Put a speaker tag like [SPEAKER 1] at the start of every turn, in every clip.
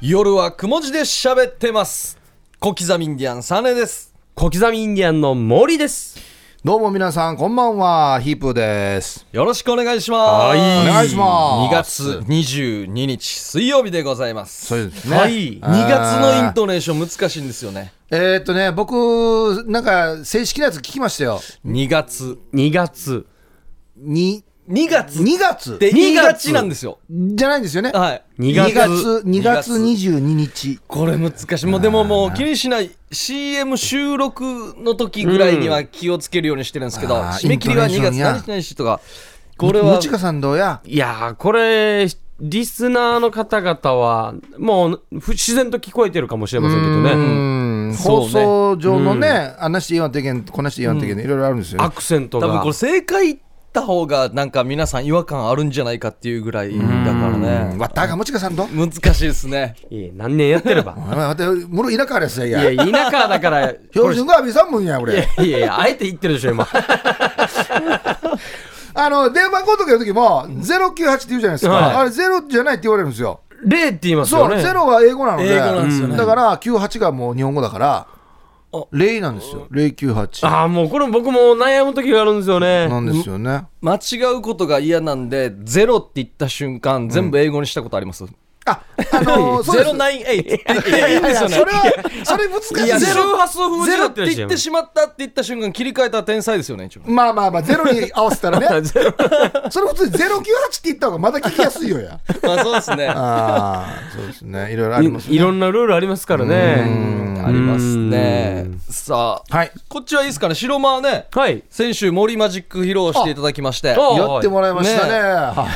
[SPEAKER 1] 夜はくも字で喋ってます小刻みインディアンサネです
[SPEAKER 2] 小刻みインディアンの森です。
[SPEAKER 3] どうも皆さん、こんばんは、ヒープーです。
[SPEAKER 1] よろしくお願いします
[SPEAKER 2] はい
[SPEAKER 3] お願いします
[SPEAKER 1] 2月22日水曜日でございます
[SPEAKER 3] そうですね。
[SPEAKER 2] はい
[SPEAKER 3] あー
[SPEAKER 1] 2月のイントネーション難しいんですよね
[SPEAKER 3] えーっとね、僕、なんか、正式なやつ聞きましたよ。
[SPEAKER 1] 2月
[SPEAKER 2] 2月。
[SPEAKER 3] に、
[SPEAKER 1] 2月っ
[SPEAKER 3] 2月
[SPEAKER 1] て言いがちなんですよ
[SPEAKER 3] じゃないんですよね。
[SPEAKER 1] はい
[SPEAKER 2] 2
[SPEAKER 3] 2
[SPEAKER 2] 月
[SPEAKER 3] 月、2月22日。
[SPEAKER 1] これ難しいもうでももう気にしない CM 収録の時ぐらいには気をつけるようにしてるんですけど、
[SPEAKER 3] うんあー
[SPEAKER 1] 締め切りは
[SPEAKER 3] イ
[SPEAKER 1] 2
[SPEAKER 3] ントネー
[SPEAKER 1] 月
[SPEAKER 3] ションや
[SPEAKER 1] 何しないしとかこれは
[SPEAKER 3] もちかさんどうや
[SPEAKER 2] いやー、これ、リスナーの方々は、もう、不自然と聞こえてるかもしれませんけど
[SPEAKER 3] う
[SPEAKER 2] ね。
[SPEAKER 3] ん、
[SPEAKER 1] そうね
[SPEAKER 3] 放送上のね、あんなして言わんといけん、こんなして言わんといけん、いろいろあるんですよ
[SPEAKER 2] ア
[SPEAKER 3] ね。
[SPEAKER 2] クセント
[SPEAKER 1] 多分
[SPEAKER 2] が
[SPEAKER 1] これ。正解言った方がなんか皆さん違和感あるんじゃないかっていうぐらいだから
[SPEAKER 3] うん
[SPEAKER 1] ね
[SPEAKER 3] わったがもちかさんどう。
[SPEAKER 1] 難しいですね
[SPEAKER 2] いや何年やってれば
[SPEAKER 3] わた、もろいなかですよ、い
[SPEAKER 2] い
[SPEAKER 3] や。
[SPEAKER 2] や、田舎だから、こ
[SPEAKER 3] 標準語は見さんもんや、俺。
[SPEAKER 2] れいやいや、あえて言ってるでしょ、今。
[SPEAKER 3] あの、電話番号とかいう時も、098って言うじゃないです
[SPEAKER 2] はい
[SPEAKER 3] か。あれ、ゼロじゃないって言われるんですよ。
[SPEAKER 2] 0って言います
[SPEAKER 3] そ
[SPEAKER 2] よ
[SPEAKER 3] う、
[SPEAKER 2] ね。
[SPEAKER 3] ゼロは英語なので
[SPEAKER 1] 英語なんですよね
[SPEAKER 3] うんだから98がもう日本語だか
[SPEAKER 1] あ
[SPEAKER 3] ら0なんですよ098
[SPEAKER 2] ああ、もうこれ僕も悩む時があるんですよね。
[SPEAKER 3] なんですよね
[SPEAKER 1] 間違うことが嫌なんでゼロって言った瞬間全部英語にしたことあります、
[SPEAKER 3] ああのーそう
[SPEAKER 1] ゼ
[SPEAKER 3] です
[SPEAKER 1] ロナインエイトって言っていいんですよ
[SPEAKER 3] それ
[SPEAKER 1] ね
[SPEAKER 3] はそれ難しい
[SPEAKER 1] いや
[SPEAKER 3] ゼ
[SPEAKER 2] 周
[SPEAKER 3] ロ
[SPEAKER 2] 波数風
[SPEAKER 1] ゼ
[SPEAKER 2] に
[SPEAKER 1] ロ
[SPEAKER 2] な
[SPEAKER 1] っ
[SPEAKER 2] って
[SPEAKER 1] て
[SPEAKER 2] るし
[SPEAKER 1] 言ってしまったって言った瞬間切り替えたら天才ですよね一応
[SPEAKER 3] まあまあまあゼロに合わせたらね
[SPEAKER 2] ゼロ
[SPEAKER 3] それ普通に098って言った方がまだ聞きやすいよや
[SPEAKER 1] まあそうですねあ
[SPEAKER 3] ああそうですねいろいろあります
[SPEAKER 2] いろんなルールありますからね。
[SPEAKER 1] りますねさあ
[SPEAKER 3] はい
[SPEAKER 1] こっちはいいですかね白間はね
[SPEAKER 2] はい。
[SPEAKER 1] 先週森マジック披露していただきまして
[SPEAKER 2] あ
[SPEAKER 3] やってもらいましたねは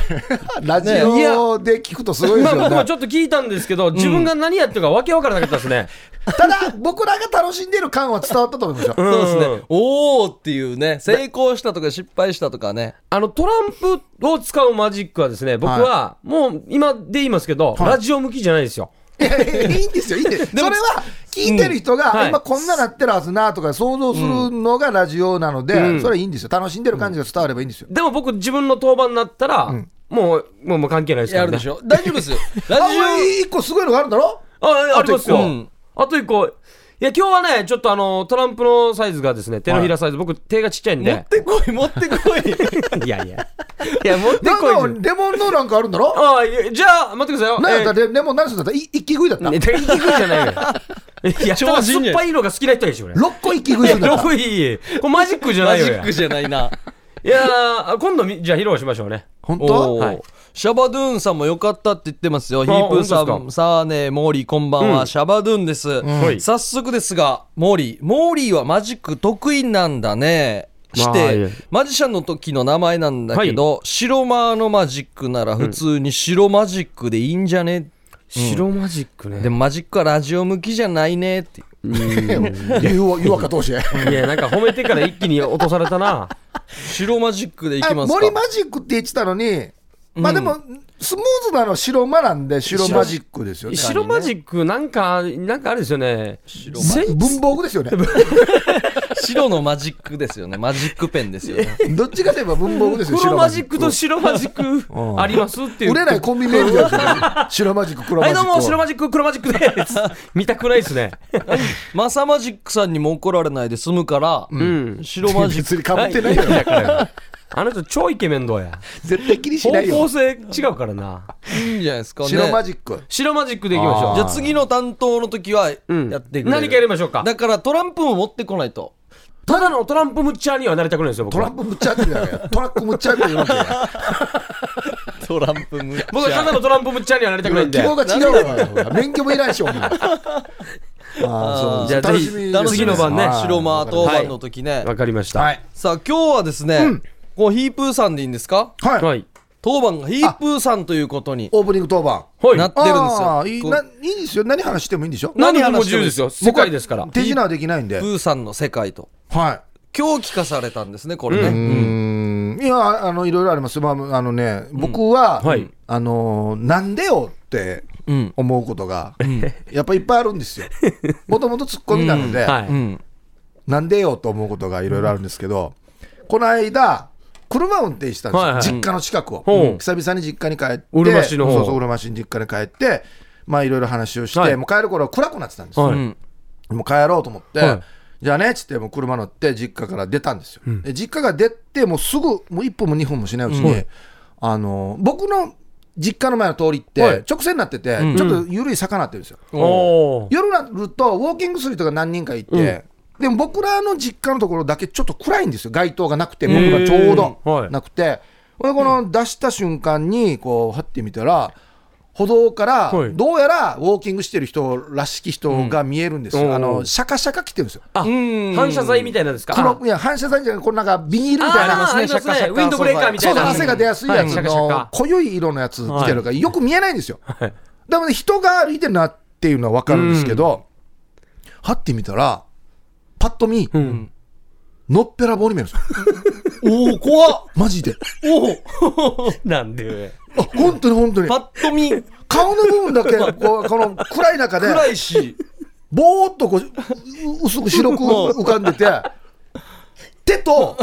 [SPEAKER 3] いラジ
[SPEAKER 2] ねいや
[SPEAKER 3] オで聞くとすごいで
[SPEAKER 2] まあ
[SPEAKER 3] すよ
[SPEAKER 2] 僕も
[SPEAKER 3] ね
[SPEAKER 2] ちょっと聞いたんですけど、自分が何やってるかわけわからなかったですね。
[SPEAKER 3] ただ僕らが楽しんでる感は伝わったと思いますよ
[SPEAKER 1] そうですね、
[SPEAKER 2] うん
[SPEAKER 1] おーっていうね成功したとか失敗したとかね
[SPEAKER 2] あのトランプを使うマジックはですね、僕はもう今で言いますけど、
[SPEAKER 3] はい
[SPEAKER 2] ラジオ向きじゃないですよ。
[SPEAKER 3] いやいやいいんですよ、いいんです
[SPEAKER 1] も
[SPEAKER 3] それは聞いてる人
[SPEAKER 2] うんは
[SPEAKER 3] が、
[SPEAKER 2] い
[SPEAKER 3] 今こんななってるはずなとか想像するのがラジオなの
[SPEAKER 2] うん
[SPEAKER 3] で、それはいいんですよ、楽しんでる感じが伝わればいいんですよ。
[SPEAKER 2] でも僕自分の当番になったら、もうもうもう関係ないですか
[SPEAKER 1] や
[SPEAKER 2] ら、
[SPEAKER 1] る
[SPEAKER 2] ね。
[SPEAKER 1] でしょ大丈夫 ですよラ
[SPEAKER 3] あ、
[SPEAKER 1] ジ
[SPEAKER 3] もう一個すごいのがあるんだろ
[SPEAKER 2] あ、あります
[SPEAKER 1] あと一個
[SPEAKER 2] よ。
[SPEAKER 1] うん
[SPEAKER 2] あと一個。いや今日はね、ちょっとあのトランプのサイズがですね、手のひらサイズ、僕手がちっちゃいん
[SPEAKER 1] オ持っ
[SPEAKER 2] で。
[SPEAKER 1] てこい持ってこい
[SPEAKER 2] いやいや。いや持って
[SPEAKER 3] なん
[SPEAKER 2] こい
[SPEAKER 3] か。レモンのなんかあるんだろ
[SPEAKER 2] ああ、いやじ ゃあ待ってくださいよ。
[SPEAKER 3] なんやった
[SPEAKER 2] えー
[SPEAKER 3] らレレモン何するんだったい一気食いだった。
[SPEAKER 2] ね
[SPEAKER 3] 6
[SPEAKER 2] 手がいいじゃないよ。 いや、ただ酸っぱいのが好きな人でしょ、俺。
[SPEAKER 3] 個一気食いするんだった。
[SPEAKER 2] ロイ、これマジックじゃな
[SPEAKER 1] マ
[SPEAKER 2] いよ。
[SPEAKER 1] ジ
[SPEAKER 2] いや
[SPEAKER 1] ックじゃないな
[SPEAKER 2] いやー、今度み、じゃあ披露しましょうね。
[SPEAKER 3] 本
[SPEAKER 1] お
[SPEAKER 3] 当
[SPEAKER 1] ー
[SPEAKER 2] はい
[SPEAKER 1] シャバドゥーンさんも良かったって言ってますよヒープーさ
[SPEAKER 2] 本当で
[SPEAKER 1] んさあねモーリーこんばんは、
[SPEAKER 2] うん
[SPEAKER 1] シャバドゥーンです、
[SPEAKER 2] はい
[SPEAKER 1] 早速ですがモーリーモーリーはマジック得意なんだねし
[SPEAKER 2] まあい
[SPEAKER 1] て
[SPEAKER 2] え
[SPEAKER 1] マジシャンの時の名前なんだけど、白間のマジックなら普通に白マジックでいいんじゃね、
[SPEAKER 2] 白マジックね。
[SPEAKER 1] でもマジックはラジオ向きじゃないねって
[SPEAKER 3] 言うわ言うわかどうし。あ
[SPEAKER 2] いや、なんか褒めてから一気に落とされたな。
[SPEAKER 1] 白マジックでいきますか
[SPEAKER 3] 森マジックって言ってたのに、まあでも、スムーズなのは白間なんで、白マジックですよね。
[SPEAKER 2] 白マジック、なんか、なんかあれですよね。
[SPEAKER 1] マジ
[SPEAKER 2] せん
[SPEAKER 3] 文房具ですよね。
[SPEAKER 1] 白のマジックですよねマジックペンですよね
[SPEAKER 3] どっちかといえば文房具ですよ、
[SPEAKER 2] 黒マジック
[SPEAKER 3] 白
[SPEAKER 2] と白マジッ クありますっていう。
[SPEAKER 3] 売れないコンビニメールじゃないですか。白マジック、黒
[SPEAKER 2] は
[SPEAKER 3] マ
[SPEAKER 2] い、
[SPEAKER 3] ジック
[SPEAKER 2] ど
[SPEAKER 3] は。
[SPEAKER 2] うも、白マジック、黒マジックです。 見たくないですね。
[SPEAKER 1] マサマジックさんにも怒られないで済むから、
[SPEAKER 2] うん。
[SPEAKER 1] 白マジッ
[SPEAKER 3] 別
[SPEAKER 1] ク
[SPEAKER 3] にかぶってないよ。
[SPEAKER 2] あの人、超イケメンどうや。
[SPEAKER 3] 絶対気にし
[SPEAKER 2] 方
[SPEAKER 3] ないよ
[SPEAKER 2] 向。性違うからな。
[SPEAKER 1] いいんじゃないですかね
[SPEAKER 3] 白マジック。
[SPEAKER 2] 白マジックでいきましょう。
[SPEAKER 1] じゃあ次の担当の時はや
[SPEAKER 2] うん
[SPEAKER 1] ってくれる、
[SPEAKER 2] 何かやりましょうか。
[SPEAKER 1] だからトランプも持ってこないと
[SPEAKER 2] ただのトランプムッチャーにはなりたくないんですよ、僕
[SPEAKER 3] ト
[SPEAKER 2] は
[SPEAKER 3] ランプむっちゃってだよ。トラックむっちゃって言うわけだ
[SPEAKER 1] トランプ無理
[SPEAKER 2] 僕はただのトランプムッチャーにはなりたくない
[SPEAKER 3] よ
[SPEAKER 2] んで
[SPEAKER 3] 希。望が違うから、免許もいらんし、お前。ああ、
[SPEAKER 2] じゃ
[SPEAKER 3] そ
[SPEAKER 2] あぜ
[SPEAKER 3] う。楽
[SPEAKER 2] ひ
[SPEAKER 3] しみですね。
[SPEAKER 1] 楽しみ
[SPEAKER 2] 次の晩ね
[SPEAKER 3] はい
[SPEAKER 1] 白間当番の時ね、
[SPEAKER 2] わかりました。
[SPEAKER 3] はい。
[SPEAKER 1] さあ今日はですね、こうヒープーさんでいいんですか
[SPEAKER 3] はい。
[SPEAKER 2] はい。
[SPEAKER 1] 当番がヒープーさんということに
[SPEAKER 3] オープニング当番。
[SPEAKER 2] はい。
[SPEAKER 1] なっ
[SPEAKER 3] あ
[SPEAKER 1] てるん
[SPEAKER 3] あ
[SPEAKER 1] です
[SPEAKER 3] いい
[SPEAKER 1] よ
[SPEAKER 3] な、いいですよ。何話してもいいんでしょ
[SPEAKER 2] 何で
[SPEAKER 1] 何
[SPEAKER 2] も
[SPEAKER 1] 話して
[SPEAKER 2] 自
[SPEAKER 1] も
[SPEAKER 2] 由
[SPEAKER 1] いい
[SPEAKER 2] ですよ。世界ですから。
[SPEAKER 3] 手品はできないんで
[SPEAKER 1] プ。ーさんの世界と
[SPEAKER 3] は
[SPEAKER 1] 今日聞かされたんですねこれね、
[SPEAKER 3] い。うん。いや、あの、いろいろあります。まあ、あのね、僕は
[SPEAKER 2] はい、
[SPEAKER 3] あの、なんでよって
[SPEAKER 1] うん
[SPEAKER 3] 思うことが、やっぱいっぱいあるんですよ。もともとツッコミなので、
[SPEAKER 2] は
[SPEAKER 1] う
[SPEAKER 2] い。
[SPEAKER 1] ん
[SPEAKER 3] なんでよと思うことがいろいろあるんですけど、この間、車を運転したんですよ、
[SPEAKER 2] はいはい
[SPEAKER 3] 実家の近くを、
[SPEAKER 2] ほう
[SPEAKER 3] 久々に実家に帰って、
[SPEAKER 2] うるま市の方
[SPEAKER 3] そうそう、うるま市に実家に帰って、まあいろいろ話をして、
[SPEAKER 2] はい
[SPEAKER 3] もう帰る頃は暗くなってたんですよ、
[SPEAKER 2] はい
[SPEAKER 1] うん
[SPEAKER 3] もう帰ろうと思って、
[SPEAKER 2] はい
[SPEAKER 3] じゃあねっつってもう車乗って実家から出たんですよ、で実家が出てもうすぐもう1分も2分もしないうちに、あの僕の実家の前の通りって、
[SPEAKER 2] はい
[SPEAKER 3] 直線になってて、
[SPEAKER 1] うん
[SPEAKER 3] ちょっと緩い坂になってるんですよ
[SPEAKER 2] おー
[SPEAKER 3] 夜になるとウォーキングする人が何人かいて、でも僕らの実家のところだけちょっと暗いんですよ街灯がなくて僕がちょう
[SPEAKER 2] へーは
[SPEAKER 3] ど
[SPEAKER 2] い
[SPEAKER 3] なくて、これこの出した瞬間にこう張ってみたら歩道から
[SPEAKER 2] はい
[SPEAKER 3] どうやらウォーキングしてる人らしき人が見えるんですよ、
[SPEAKER 2] うん
[SPEAKER 3] あ
[SPEAKER 2] お
[SPEAKER 3] の
[SPEAKER 2] ー
[SPEAKER 3] シャカシャカ来てるんですよ
[SPEAKER 2] あ
[SPEAKER 1] うん
[SPEAKER 2] 反射材みたいなんですか
[SPEAKER 3] このいや反射材じゃないこのなんかビニールみたい
[SPEAKER 2] あー
[SPEAKER 3] な
[SPEAKER 2] ありますねウィンドブレーカーみたいな
[SPEAKER 3] そうそう汗が出やすいや
[SPEAKER 2] は
[SPEAKER 3] つ
[SPEAKER 2] いシャカシャカ
[SPEAKER 3] の濃い色のやつ来てるからよく見えないんですよ、だからね人が歩いてるなっていうのは分かるんですけど、はってみたらパッと見、
[SPEAKER 2] ん
[SPEAKER 3] のっぺらぼうに見えるんですよ
[SPEAKER 1] おお怖っ
[SPEAKER 3] マジで
[SPEAKER 1] おお
[SPEAKER 2] なんで
[SPEAKER 3] あ本当に本当に
[SPEAKER 1] パッと見
[SPEAKER 3] 顔の部分だけ こうこの暗い中で
[SPEAKER 1] 暗いし
[SPEAKER 3] ぼーっとこうう薄く 白く浮かんでて手と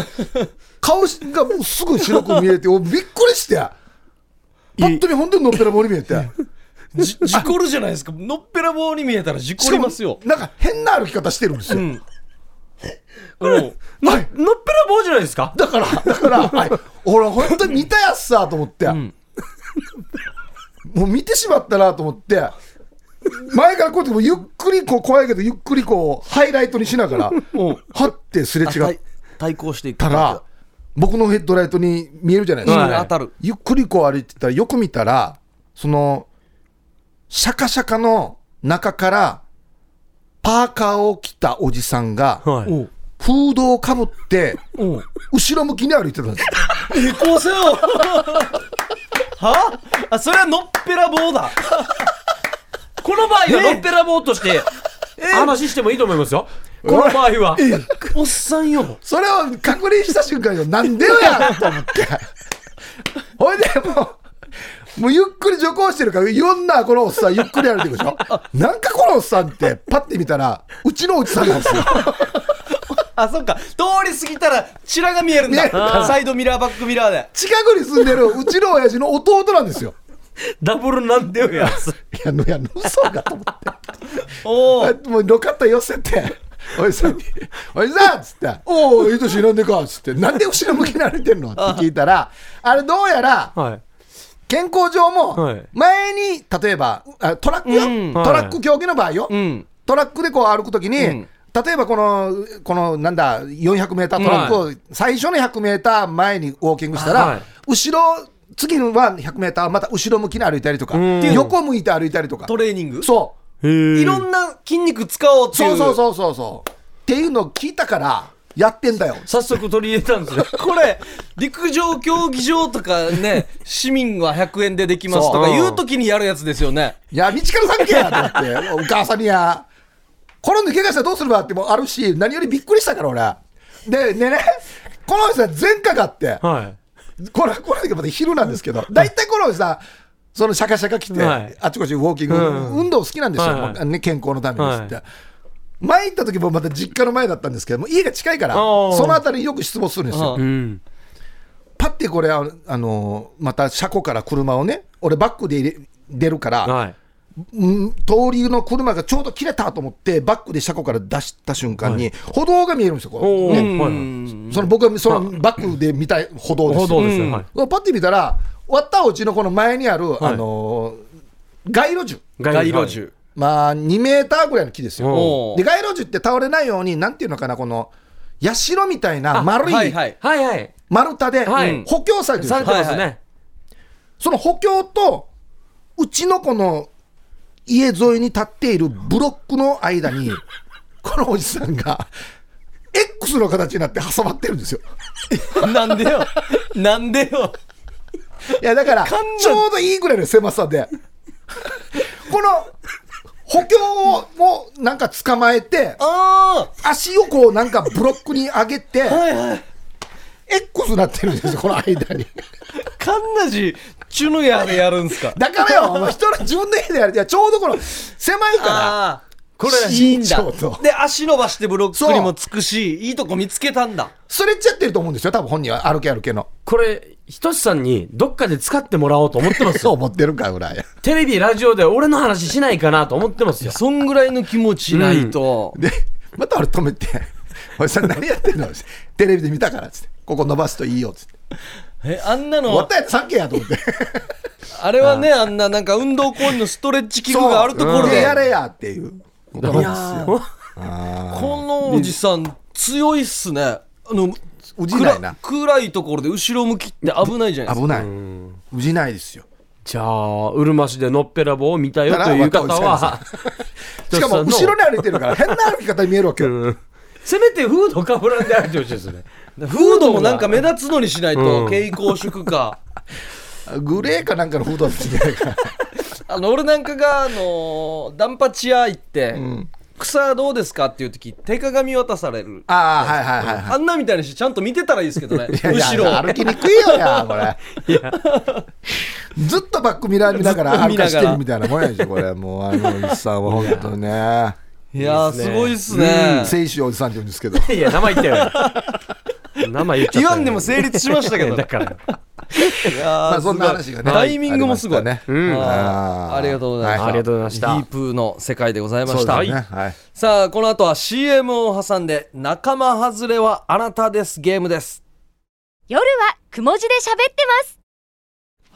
[SPEAKER 3] 顔がすぐ白く見えておびっくりしてパッと見本当にのっぺらぼうに見えて
[SPEAKER 1] じ事故るじゃないですかのっぺらぼうに見えたら事故りますよ
[SPEAKER 3] なんか変な歩き方してるんですよ、
[SPEAKER 1] うんこれ
[SPEAKER 2] のの
[SPEAKER 3] は
[SPEAKER 2] っ
[SPEAKER 3] い
[SPEAKER 2] ぺらぼうじゃないですか
[SPEAKER 3] だからだから、はい、俺本当に見たやつさと思って、
[SPEAKER 1] ん
[SPEAKER 3] もう見てしまったなと思って前からこうやってもうゆっくりこう怖いけどゆっくりこうハイライトにしながら
[SPEAKER 1] おう
[SPEAKER 3] はってすれ違っ
[SPEAKER 1] 対対抗していく
[SPEAKER 3] たら僕のヘッドライトに見えるじゃないですか、
[SPEAKER 2] はい
[SPEAKER 1] 当たる
[SPEAKER 3] ゆっくりこう歩いてたらよく見たらそのシャカシャカの中からパーカーを着たおじさんが
[SPEAKER 2] はい
[SPEAKER 1] おう
[SPEAKER 3] フードをかぶって
[SPEAKER 1] おう
[SPEAKER 3] 後ろ向きに歩いてたんですよ
[SPEAKER 1] 抵抗せよ はあそれはのっぺらぼうだ
[SPEAKER 2] この場合はのっぺらぼうとして話してもいいと思いますよこの場合は
[SPEAKER 1] おっさんよ
[SPEAKER 3] それを確認した瞬間よ、なんでよやと思って。 ほいでもう、もうゆっくり徐行してるから、いろんなこのおっさん、ゆっくり歩いていくでしょ。なんかこのおっさんって、パッて見たら、うちのおじさんなんですよ。
[SPEAKER 1] あそっか通り過ぎたらチラが見えるん
[SPEAKER 3] 見え
[SPEAKER 1] だ
[SPEAKER 3] る
[SPEAKER 1] サイドミラーバックミラーで
[SPEAKER 3] 近くに住んでるうちの親父の弟なんですよ。
[SPEAKER 2] ダブルなんでよやつ
[SPEAKER 3] いや、のやの、嘘かと思
[SPEAKER 1] おお
[SPEAKER 3] って。もう、ロカッタ寄せて、おじさんに、おじさんっつって、おお、いい年なんでかっつって、なんで後ろ向きに歩いてんのって聞いたら、あれどうやら、
[SPEAKER 2] はい
[SPEAKER 3] 健康上
[SPEAKER 2] は
[SPEAKER 3] も
[SPEAKER 2] い
[SPEAKER 3] 前に例えばあトラックよ、
[SPEAKER 1] うん
[SPEAKER 2] はい
[SPEAKER 3] トラック競技の場合よ、
[SPEAKER 1] ん
[SPEAKER 3] トラックでこう歩くときに、
[SPEAKER 1] うん
[SPEAKER 3] 例えばこのこのなんだ 400m トラックを最初の 100m 前にウォーキングしたら、
[SPEAKER 2] はい
[SPEAKER 3] 後ろ次のは 100m はまた後ろ向きに歩いたりとか、
[SPEAKER 2] うん
[SPEAKER 3] 横向いて歩いたりとか
[SPEAKER 1] トレーニング
[SPEAKER 3] そ
[SPEAKER 2] へー
[SPEAKER 1] いろんな筋肉使おうっ
[SPEAKER 3] う
[SPEAKER 1] てい
[SPEAKER 3] そううそうそうそうそうっていうのを聞いたからやってんだよ
[SPEAKER 2] 早速取り入れたんですね
[SPEAKER 1] これ陸上競技場とかね市民は100円でできますとか
[SPEAKER 2] そう
[SPEAKER 1] いう時にやるやつですよね
[SPEAKER 3] いや道からさっきやと思って お母さんにや転んで怪我したらどうするわってもあるし何よりびっくりしたから俺ででねこの人は前科があって
[SPEAKER 2] はい
[SPEAKER 3] これこれまた昼なんですけど大体この人さそのシャカシャカ来て、
[SPEAKER 2] はい
[SPEAKER 3] あちこちウォーキング、
[SPEAKER 2] うん
[SPEAKER 3] 運動好きなんです
[SPEAKER 2] は
[SPEAKER 3] よ、
[SPEAKER 2] いはい
[SPEAKER 3] もうね、健康のためにっつって、
[SPEAKER 2] は
[SPEAKER 3] 前行った時もまた実家の前だったんですけどもう家が近いから
[SPEAKER 2] あー
[SPEAKER 3] その辺りよく出没するんですよ
[SPEAKER 1] う
[SPEAKER 2] うん
[SPEAKER 3] パッてこれああのまた車庫から車をね俺バックで入れ出るから、
[SPEAKER 2] はい
[SPEAKER 3] うん通りの車がちょうど切れたと思って、バックで車庫から出した瞬間に、歩道が見えるんですよ、こ
[SPEAKER 2] おお
[SPEAKER 1] う
[SPEAKER 2] は
[SPEAKER 3] う
[SPEAKER 2] い
[SPEAKER 3] ね
[SPEAKER 2] は
[SPEAKER 3] その僕がそのバックで見たい歩道
[SPEAKER 2] い
[SPEAKER 3] です
[SPEAKER 2] 歩
[SPEAKER 3] よ。
[SPEAKER 2] 道ですね
[SPEAKER 1] うん
[SPEAKER 2] はい
[SPEAKER 3] パッて見たら、割ったうちのこの前にある、
[SPEAKER 2] い
[SPEAKER 3] あのー街路樹、
[SPEAKER 1] 街路樹
[SPEAKER 3] まあ、2メーターぐらいの木ですよ。
[SPEAKER 1] おう
[SPEAKER 3] で、街路樹って倒れないように、なんていうのかな、この、社みたいな丸い
[SPEAKER 1] はいはい
[SPEAKER 2] はいはい
[SPEAKER 3] 丸太で
[SPEAKER 2] はい
[SPEAKER 3] 補強されてるんです
[SPEAKER 2] さ
[SPEAKER 3] よ
[SPEAKER 2] れてますね
[SPEAKER 3] その補強と、うちのこの家沿いに立っているブロックの間 に、このおじさんが、X の形になって挟まってるんですよ。
[SPEAKER 1] なんでよなんでよ
[SPEAKER 3] いや、だから、ち
[SPEAKER 1] んな
[SPEAKER 3] ょうどいいぐらいの狭さで、この補強をなんか捕まえて、
[SPEAKER 1] あ
[SPEAKER 3] 足をこうなんかブロックに上げて、
[SPEAKER 1] あはいはい
[SPEAKER 3] X になってるんですよ、この間に。
[SPEAKER 1] カンナジチュヌヤでやるんすか
[SPEAKER 3] だからよ、お前 人の自分の家でやる。いや、ちょうどこの狭いから、
[SPEAKER 1] ああこ
[SPEAKER 3] れ
[SPEAKER 1] いいんだ
[SPEAKER 3] 身長と
[SPEAKER 1] で足伸ばしてブロックにもつくしいいとこ見つけたんだ
[SPEAKER 3] それちゃってると思うんですよ、多分本人は歩け歩けの。
[SPEAKER 2] これひとしさんにどっかで使ってもらおうと思ってます
[SPEAKER 3] そう
[SPEAKER 2] よ。
[SPEAKER 3] 思ってるかぐらい。
[SPEAKER 2] テレビ、ラジオで俺の話しないかなと思ってますよ。
[SPEAKER 1] そんぐらいの気持ちないと、
[SPEAKER 3] で、また俺止めて、 おじさん何やってんのテレビで見たからっつって、ここ伸ばすといいよっつって。
[SPEAKER 1] えあんな
[SPEAKER 3] 終わっ
[SPEAKER 1] の
[SPEAKER 3] たやつさっきやと思って。
[SPEAKER 1] あれはねあんななんか運動公園のストレッチ器具があるところ
[SPEAKER 3] そう
[SPEAKER 1] で、
[SPEAKER 3] やれやっていうことなんですよ。あ
[SPEAKER 1] このおじさん強いっすねあの
[SPEAKER 3] うじないな
[SPEAKER 1] 暗暗いところで後ろ向きって危ないじゃ
[SPEAKER 3] ー
[SPEAKER 1] ないです
[SPEAKER 3] 危
[SPEAKER 1] か
[SPEAKER 3] ない。うじないですよ。
[SPEAKER 2] じゃあ、うるま市でのっぺらぼうを見たよ
[SPEAKER 3] だか
[SPEAKER 2] と
[SPEAKER 3] ら
[SPEAKER 2] いう方は
[SPEAKER 3] 若、しかも後ろに歩いて るから変な歩き方に見えるわけよ。
[SPEAKER 2] うんせめてフードかぶらんで歩いてほしいですね。
[SPEAKER 1] フードもなんか目立つのにしないと蛍光色か、
[SPEAKER 3] グレーかなんかのフードだったんじゃないか。
[SPEAKER 1] あの俺なんかが、あのーダンパチ屋行って、草どうですかっていう時手鏡渡される
[SPEAKER 3] ああ、はいはいはいはい。
[SPEAKER 1] あんなみたいにしてちゃんと見てたらいいですけどね
[SPEAKER 3] いやいや
[SPEAKER 1] 後ろを
[SPEAKER 3] 歩きにくいよや、これ。ずっとバックミラー見なが
[SPEAKER 1] ずっ
[SPEAKER 3] ら
[SPEAKER 1] と
[SPEAKER 3] 歩
[SPEAKER 1] 見なが
[SPEAKER 3] からしてるみたいなもんやでしょ、これ。もう、あのおじさんは本当にね。
[SPEAKER 1] いやーすごいっすね、
[SPEAKER 3] 選手おじさんって言うんで すけど。
[SPEAKER 2] いや、生言ってよ。生言っちゃったよ
[SPEAKER 1] 言わんでも成立しましたけど
[SPEAKER 2] だから。
[SPEAKER 1] いやー
[SPEAKER 3] まあそんな話が
[SPEAKER 1] す
[SPEAKER 3] ね
[SPEAKER 1] ごいタイミングもすごい
[SPEAKER 3] ありました
[SPEAKER 1] うん
[SPEAKER 2] うん
[SPEAKER 1] あーありがとうございました、
[SPEAKER 2] はいありがとうございました
[SPEAKER 1] ディープの世界でございま
[SPEAKER 3] そう
[SPEAKER 1] し
[SPEAKER 3] で
[SPEAKER 1] た、
[SPEAKER 3] すね。はい。
[SPEAKER 1] さあこの後は CM を挟んで「仲間外れはあなたです」ゲームです
[SPEAKER 4] 夜はくも字で喋ってます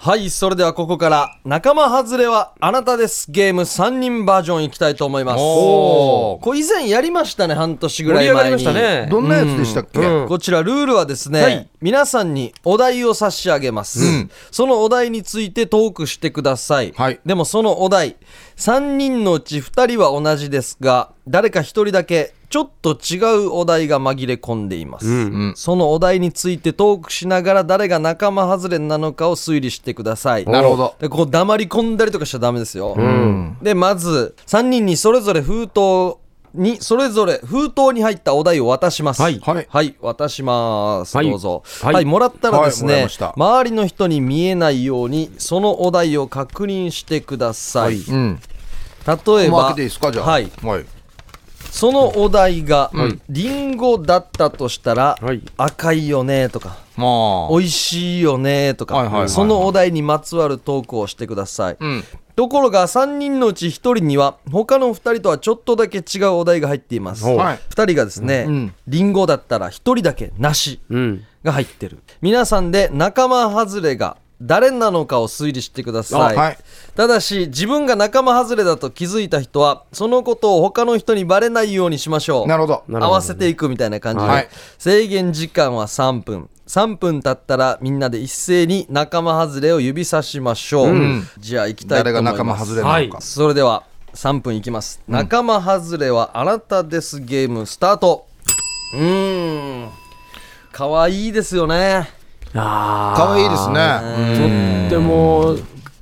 [SPEAKER 1] はい、それではここから、仲間外れはあなたですゲーム3人バージョンいきたいと思います。
[SPEAKER 2] おー
[SPEAKER 1] これ以前やりましたね、半年ぐ
[SPEAKER 2] 盛
[SPEAKER 1] ら
[SPEAKER 2] り
[SPEAKER 1] い
[SPEAKER 2] 上がり
[SPEAKER 1] 前
[SPEAKER 2] ま
[SPEAKER 1] に。
[SPEAKER 2] したね。
[SPEAKER 3] どんなやつでしたっけ
[SPEAKER 2] うん
[SPEAKER 1] こちらルールはですね、
[SPEAKER 2] はい
[SPEAKER 1] 皆さんにお題を差し上げます、
[SPEAKER 3] ん
[SPEAKER 1] そのお題についてトークしてください、
[SPEAKER 3] はい
[SPEAKER 1] でもそのお題3人のうち2人は同じですが誰か1人だけちょっと違うお題が紛れ込んでいます、
[SPEAKER 3] うん
[SPEAKER 1] そのお題についてトークしながら誰が仲間外れなのかを推理してください
[SPEAKER 3] なるほど
[SPEAKER 1] でこう黙り込んだりとかしちゃダメですよ、
[SPEAKER 3] ん
[SPEAKER 1] でまず3人にそれぞれ封筒にそれぞれ封筒に入ったお題を渡します
[SPEAKER 2] はい
[SPEAKER 3] はい
[SPEAKER 1] 渡します、
[SPEAKER 2] はい
[SPEAKER 1] どうぞは、
[SPEAKER 2] はいい
[SPEAKER 1] もらったらです
[SPEAKER 3] はいもらい
[SPEAKER 1] ね
[SPEAKER 3] ました
[SPEAKER 1] 周りの人に見えないようにそのお題を確認してください、
[SPEAKER 3] うん。
[SPEAKER 1] 例え
[SPEAKER 3] もう開
[SPEAKER 1] ば
[SPEAKER 3] けていいですか、じゃあ。
[SPEAKER 1] はい、
[SPEAKER 3] はい。
[SPEAKER 1] そのお題が、リンゴだったとしたら、
[SPEAKER 2] はい
[SPEAKER 1] 赤いよねとか
[SPEAKER 3] まあ
[SPEAKER 1] 美味しいよねとか、
[SPEAKER 3] はいはいはい
[SPEAKER 1] そのお題にまつわるトークをしてください、
[SPEAKER 3] ん
[SPEAKER 1] ところが3人のうち1人には他の2人とはちょっとだけ違うお題が入っています、
[SPEAKER 2] ほう
[SPEAKER 3] はい
[SPEAKER 1] 2人がですね、
[SPEAKER 3] うん
[SPEAKER 1] リンゴだったら1人だけなし
[SPEAKER 2] うん。
[SPEAKER 1] が入ってる皆さんで仲間外れが誰なのかを推理してください、
[SPEAKER 3] あはい
[SPEAKER 1] ただし自分が仲間外れだと気づいた人はそのことを他の人にバレないようにしましょう
[SPEAKER 3] なるほど。
[SPEAKER 2] なるほどね
[SPEAKER 1] 合わせていくみたいな感じで、
[SPEAKER 3] はい
[SPEAKER 1] 制限時間は3分3分経ったらみんなで一斉に仲間外れを指さしましょう、
[SPEAKER 3] ん
[SPEAKER 1] じゃあ行きたいと
[SPEAKER 3] 誰
[SPEAKER 1] 思
[SPEAKER 3] が
[SPEAKER 1] います
[SPEAKER 3] 仲間外れな
[SPEAKER 2] は
[SPEAKER 3] の
[SPEAKER 2] い
[SPEAKER 3] か。
[SPEAKER 1] それでは3分いきます、仲間外れはあなたですゲームスタートうーんかわいいですよね
[SPEAKER 2] ああ。
[SPEAKER 3] 可愛いです
[SPEAKER 2] と
[SPEAKER 3] ね。
[SPEAKER 2] っても、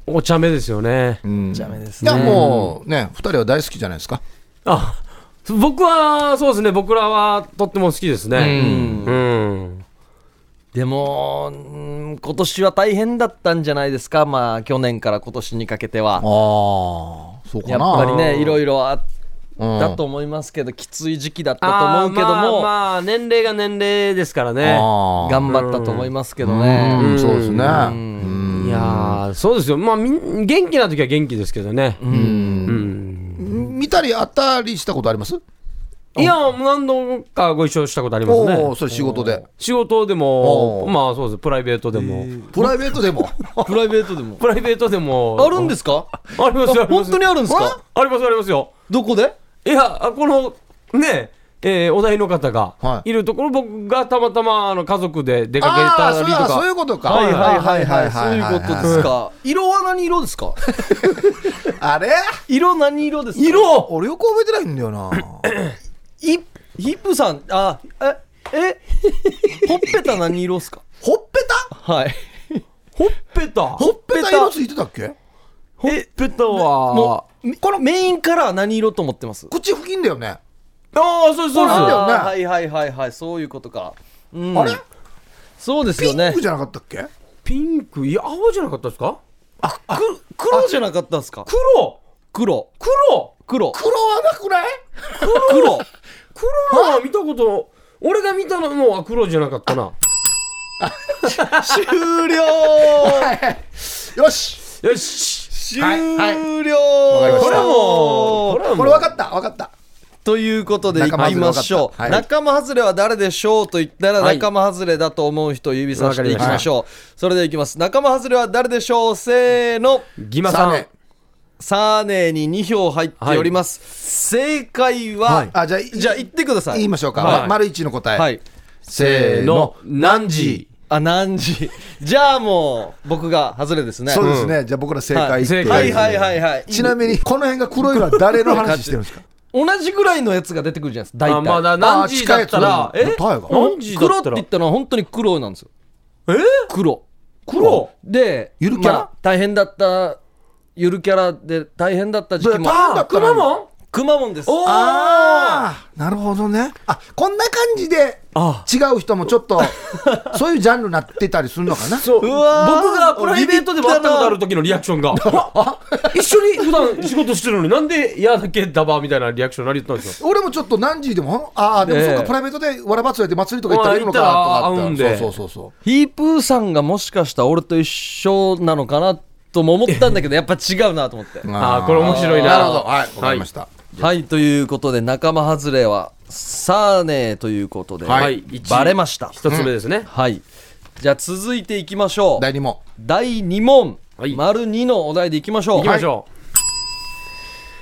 [SPEAKER 2] お茶目ですよね。
[SPEAKER 3] うん。
[SPEAKER 1] ダメです
[SPEAKER 3] い
[SPEAKER 1] ね
[SPEAKER 3] や、もうね、二人は大好きじゃないですか。
[SPEAKER 2] あ、僕は、そうですね、僕らはとっても好きですね。うん。
[SPEAKER 1] でもうーん今年は大変だったんじゃないですかまあ去年から今年にかけては
[SPEAKER 3] ああ、そう
[SPEAKER 1] や
[SPEAKER 3] か
[SPEAKER 1] っ
[SPEAKER 3] な。
[SPEAKER 1] ぱりねいろいろあっ
[SPEAKER 3] うん
[SPEAKER 1] だと思いますけど、きつい時期だったと思うけども、
[SPEAKER 2] あーまあまあ、年齢が年齢ですからね。
[SPEAKER 3] あー
[SPEAKER 1] 頑張ったと思いますけどね、
[SPEAKER 3] うんそうですね。
[SPEAKER 2] いやーそうですよ。まあ、みん元気な時は元気ですけどね。
[SPEAKER 3] うん見たり会ったりしたことあります
[SPEAKER 2] いや、何度かご一緒したことあります
[SPEAKER 3] おお、
[SPEAKER 2] ね。
[SPEAKER 3] それ仕事で。
[SPEAKER 2] 仕事でも、
[SPEAKER 3] おー
[SPEAKER 2] まあそうです、プライベートでも。
[SPEAKER 3] プライベートでも。
[SPEAKER 1] プライベートでも
[SPEAKER 2] プライベートでも。
[SPEAKER 1] あるんですすか
[SPEAKER 2] ありますよ。
[SPEAKER 1] あ本当にあるんですか
[SPEAKER 2] ありますありますよ。
[SPEAKER 1] どこで
[SPEAKER 2] いや、あこの、ね、えーお題の方が
[SPEAKER 3] はい
[SPEAKER 2] いるところ、僕がたまたまあの家族で出かけ
[SPEAKER 3] ああ、
[SPEAKER 2] た
[SPEAKER 3] そう
[SPEAKER 2] りと
[SPEAKER 3] やそうい
[SPEAKER 2] か。
[SPEAKER 3] うことか。
[SPEAKER 1] はいはいはいはい
[SPEAKER 3] は
[SPEAKER 1] そう
[SPEAKER 3] い
[SPEAKER 1] いう
[SPEAKER 3] はい
[SPEAKER 1] ことですか色は何色ですか
[SPEAKER 3] あれ
[SPEAKER 1] 色何色ですか
[SPEAKER 2] 色
[SPEAKER 3] 俺よく覚えてないんだよな。
[SPEAKER 1] ヒヒップさんあえ えほっぺた何色ですか
[SPEAKER 3] ほっぺた
[SPEAKER 1] はい
[SPEAKER 2] ほっぺた
[SPEAKER 3] ほっぺた色ついてたっけ
[SPEAKER 2] ほっぺたは
[SPEAKER 1] も。うこのメインカラー何色と思ってます
[SPEAKER 3] 口付近だよね。
[SPEAKER 2] ああ、そうですそうで
[SPEAKER 3] ほら
[SPEAKER 2] す。
[SPEAKER 3] よね
[SPEAKER 1] あーはいはいはいはいそういうことか、うん、
[SPEAKER 3] あれ
[SPEAKER 1] そうです
[SPEAKER 3] ピ
[SPEAKER 1] よ
[SPEAKER 3] ン
[SPEAKER 1] ね
[SPEAKER 3] クじゃなかったっけ
[SPEAKER 2] ピンク、いや、青じゃなかったですか
[SPEAKER 1] く黒じゃなかったですか
[SPEAKER 2] 黒
[SPEAKER 1] 黒
[SPEAKER 2] 黒
[SPEAKER 1] 黒
[SPEAKER 3] 黒はなくない
[SPEAKER 1] 黒
[SPEAKER 2] 黒のは見たこと、俺が見たのは黒じゃなかったな。
[SPEAKER 1] 終了
[SPEAKER 3] よし
[SPEAKER 2] よし
[SPEAKER 1] 終
[SPEAKER 3] はい
[SPEAKER 1] 了
[SPEAKER 3] わかりました
[SPEAKER 2] これはもうこれは
[SPEAKER 3] こ
[SPEAKER 2] も
[SPEAKER 3] れ分
[SPEAKER 2] う
[SPEAKER 3] かった分かった
[SPEAKER 1] ということでいきましょう
[SPEAKER 3] 仲間外れ分かったはい
[SPEAKER 1] 仲間外れは誰でしょうと言ったら
[SPEAKER 2] はい
[SPEAKER 1] 仲間外れだと思う人を指さしていきましょうそれではいきます仲間外れは誰でしょうせーの
[SPEAKER 2] ギマ
[SPEAKER 3] さ
[SPEAKER 2] さ
[SPEAKER 3] あ
[SPEAKER 2] ん
[SPEAKER 3] ね
[SPEAKER 1] サーネーに2票入っております正解は
[SPEAKER 2] はい
[SPEAKER 3] あじゃあい
[SPEAKER 1] じゃあ言ってください
[SPEAKER 3] 言いましょうか、
[SPEAKER 2] はい
[SPEAKER 3] ま丸一の答え、
[SPEAKER 1] はい
[SPEAKER 3] せーの
[SPEAKER 2] の何時
[SPEAKER 1] あ何時じゃあもう僕が外れですね
[SPEAKER 3] そうですね、じゃあ僕ら正
[SPEAKER 1] は
[SPEAKER 3] 解
[SPEAKER 1] い
[SPEAKER 3] 言っ
[SPEAKER 2] 正
[SPEAKER 3] て、
[SPEAKER 2] 解
[SPEAKER 1] はいはいはいはい
[SPEAKER 3] ちなみにこの辺が黒いのは誰の話してるんですか
[SPEAKER 1] 同じぐらいのやつが出てくるじゃないですか大
[SPEAKER 2] あ
[SPEAKER 1] 体、
[SPEAKER 2] まあだ何時だったら
[SPEAKER 3] あ近いやつ答えが
[SPEAKER 2] 何時だ
[SPEAKER 1] 黒
[SPEAKER 2] っ
[SPEAKER 1] ったて
[SPEAKER 2] ら
[SPEAKER 1] 言ったのは本当に黒なんですよ
[SPEAKER 2] え
[SPEAKER 1] 黒
[SPEAKER 2] 黒
[SPEAKER 1] で
[SPEAKER 3] ゆるキャラ
[SPEAKER 1] あ大変だったゆるキャラで大変だった時期も
[SPEAKER 3] あ
[SPEAKER 2] あくまモン
[SPEAKER 1] くまモンです
[SPEAKER 2] おー
[SPEAKER 3] ああなるほどねあこんな感じで
[SPEAKER 2] あ
[SPEAKER 3] 違う人もちょっ とそういうジャンルになってたりするのかな
[SPEAKER 2] そう僕
[SPEAKER 1] うわー
[SPEAKER 2] がプライベートでも会ったことある時のリアクションがあ一緒に普段仕事してるのになんで嫌だけダバーみたいなリアクションになり言ったんですよ
[SPEAKER 3] 俺もちょっと何時でもああでもそうか、
[SPEAKER 1] ねえ
[SPEAKER 3] プライベートでわらばつやって祭りとか行ったらいいのかと
[SPEAKER 2] まあ
[SPEAKER 3] か
[SPEAKER 2] 行ったら
[SPEAKER 3] あっ
[SPEAKER 2] 会うん
[SPEAKER 3] たら
[SPEAKER 2] で
[SPEAKER 3] そうそうそうそう
[SPEAKER 1] ヒープーさんがもしかしたら俺と一緒なのかなとも思ったんだけどやっぱ違うなと思って
[SPEAKER 2] あーこれ面白いな
[SPEAKER 3] なるほどはいわかりました、
[SPEAKER 1] はいということで仲間外れはサーネーということで、
[SPEAKER 3] はい
[SPEAKER 2] 一
[SPEAKER 1] バレました
[SPEAKER 2] 一つ目ですね
[SPEAKER 1] はいじゃあ続いていきましょう
[SPEAKER 3] 第2問
[SPEAKER 1] 第2問、
[SPEAKER 2] はい
[SPEAKER 1] 丸2のお題でいきましょう
[SPEAKER 2] 行きましょ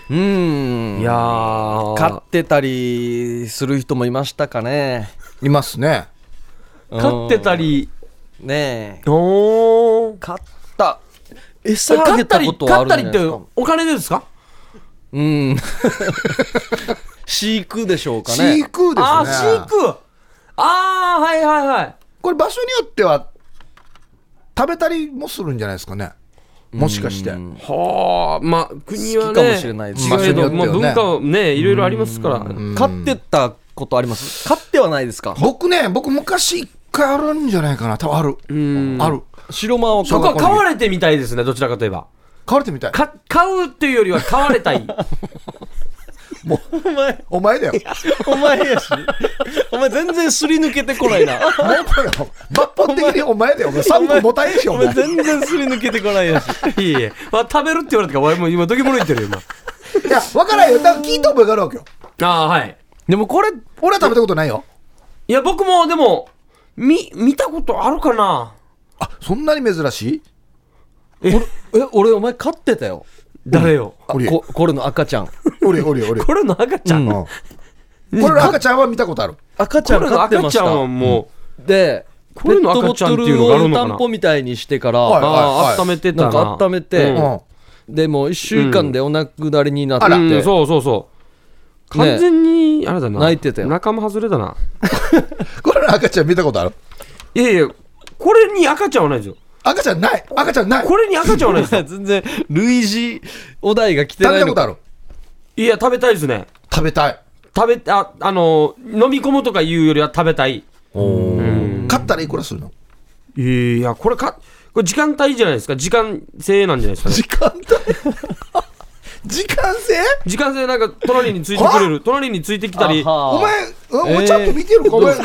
[SPEAKER 1] うー
[SPEAKER 2] うんいやー
[SPEAKER 1] 買ってたりする人もいましたかね
[SPEAKER 3] いますね
[SPEAKER 2] 飼ってたり
[SPEAKER 1] ねえ
[SPEAKER 2] おー
[SPEAKER 1] 買った餌あ
[SPEAKER 2] 買
[SPEAKER 1] げ
[SPEAKER 2] った
[SPEAKER 1] た
[SPEAKER 2] り
[SPEAKER 1] こと
[SPEAKER 2] 買
[SPEAKER 1] はあ
[SPEAKER 2] った
[SPEAKER 1] る
[SPEAKER 2] り
[SPEAKER 1] んじ
[SPEAKER 2] っ
[SPEAKER 1] ゃない
[SPEAKER 2] て
[SPEAKER 1] ですか
[SPEAKER 2] お金でですか
[SPEAKER 1] うん 飼育でしょうか
[SPEAKER 3] 飼
[SPEAKER 1] ね
[SPEAKER 3] 育ですね
[SPEAKER 2] あー飼育あーはいはいはい
[SPEAKER 3] これ場所によっては食べたりもするんじゃないですかねもしかして
[SPEAKER 2] はあまあ国は
[SPEAKER 1] 好
[SPEAKER 2] ね
[SPEAKER 1] きかもしれないです
[SPEAKER 2] 違えど
[SPEAKER 3] 場所に
[SPEAKER 2] ま
[SPEAKER 3] よっ
[SPEAKER 2] あ
[SPEAKER 3] てはね
[SPEAKER 2] 文化はねいろいろありますから
[SPEAKER 1] 買ってたことあります買ってはないですか
[SPEAKER 3] 僕ね僕昔一回あるんじゃないかな多分あるある
[SPEAKER 1] 白間を買
[SPEAKER 2] 僕
[SPEAKER 1] う
[SPEAKER 2] は買われてみたいですねどちらかといえば
[SPEAKER 3] 買われてみたい
[SPEAKER 2] か買うっていうよりは買われたい
[SPEAKER 1] お前
[SPEAKER 3] お前だよ
[SPEAKER 1] お前やしお前全然すり抜けてこない な
[SPEAKER 3] お前だよ抜本的にお前だよ3個もたへんしお
[SPEAKER 1] お
[SPEAKER 3] 前
[SPEAKER 1] 前全然すり抜けてこないやし
[SPEAKER 2] いえいえ、まあ、食べるって言われたから俺もう今どきも抜いてるよ今
[SPEAKER 3] いや分からんよ多分聞いた覚えがあるわけよ
[SPEAKER 2] ああはい
[SPEAKER 1] でもこれ
[SPEAKER 3] 俺は食べたことないよ
[SPEAKER 2] いや僕もでも見見たことあるかな
[SPEAKER 3] あそんなに珍しい
[SPEAKER 2] え
[SPEAKER 1] え俺お前買ってたよ
[SPEAKER 2] 誰よ
[SPEAKER 1] あ
[SPEAKER 3] おりえ
[SPEAKER 1] ここれの赤ちゃん
[SPEAKER 3] おりおりおり
[SPEAKER 2] これの赤ちゃん、
[SPEAKER 1] うん
[SPEAKER 3] うんこれの赤ちゃんは見たことある
[SPEAKER 1] 赤ち
[SPEAKER 2] こ
[SPEAKER 1] ゃん
[SPEAKER 2] れ
[SPEAKER 1] 飼
[SPEAKER 2] の
[SPEAKER 1] って
[SPEAKER 2] 赤
[SPEAKER 1] まし
[SPEAKER 2] ちゃ
[SPEAKER 1] た
[SPEAKER 2] んはも
[SPEAKER 1] で
[SPEAKER 2] これの赤ちゃんっていうのがあ
[SPEAKER 1] ペットボトルを
[SPEAKER 2] るのかな
[SPEAKER 1] 湯たんぽみたいにしてから、
[SPEAKER 2] う、
[SPEAKER 3] はい
[SPEAKER 2] あ
[SPEAKER 3] はい
[SPEAKER 2] あ温めてた
[SPEAKER 1] な
[SPEAKER 2] なん
[SPEAKER 1] か温めて、
[SPEAKER 2] うん
[SPEAKER 3] うん
[SPEAKER 1] でもう1週間でお亡くなりになって、
[SPEAKER 3] あら
[SPEAKER 2] うん、そうそうそう
[SPEAKER 1] ね
[SPEAKER 2] 完全にあれだな、
[SPEAKER 1] 泣いてたよ
[SPEAKER 2] 仲間外れだな
[SPEAKER 3] これの赤ちゃん見たことある
[SPEAKER 2] いやいやこれに赤ちゃんはないですよ
[SPEAKER 3] 赤ちゃんない赤ちゃんない
[SPEAKER 2] これに赤ちゃんはないです よ
[SPEAKER 1] 全然類似お題が来てな
[SPEAKER 3] 食べ
[SPEAKER 1] い
[SPEAKER 3] た
[SPEAKER 1] の
[SPEAKER 3] こと
[SPEAKER 1] か
[SPEAKER 3] ある
[SPEAKER 2] いや食べたいですね
[SPEAKER 3] 食べたい
[SPEAKER 2] 食べああの飲み込むとかいうよりは食べたい
[SPEAKER 3] 買ったらいくらするの
[SPEAKER 2] いやこれかこれ時間帯じゃないですか時間制なんじゃないですかね
[SPEAKER 3] 時間帯時間制
[SPEAKER 2] 時間制なんか隣についてくれる隣についてきたり
[SPEAKER 1] あ
[SPEAKER 3] お
[SPEAKER 1] は
[SPEAKER 3] 前、うんお前ちゃんと見てるか、お前。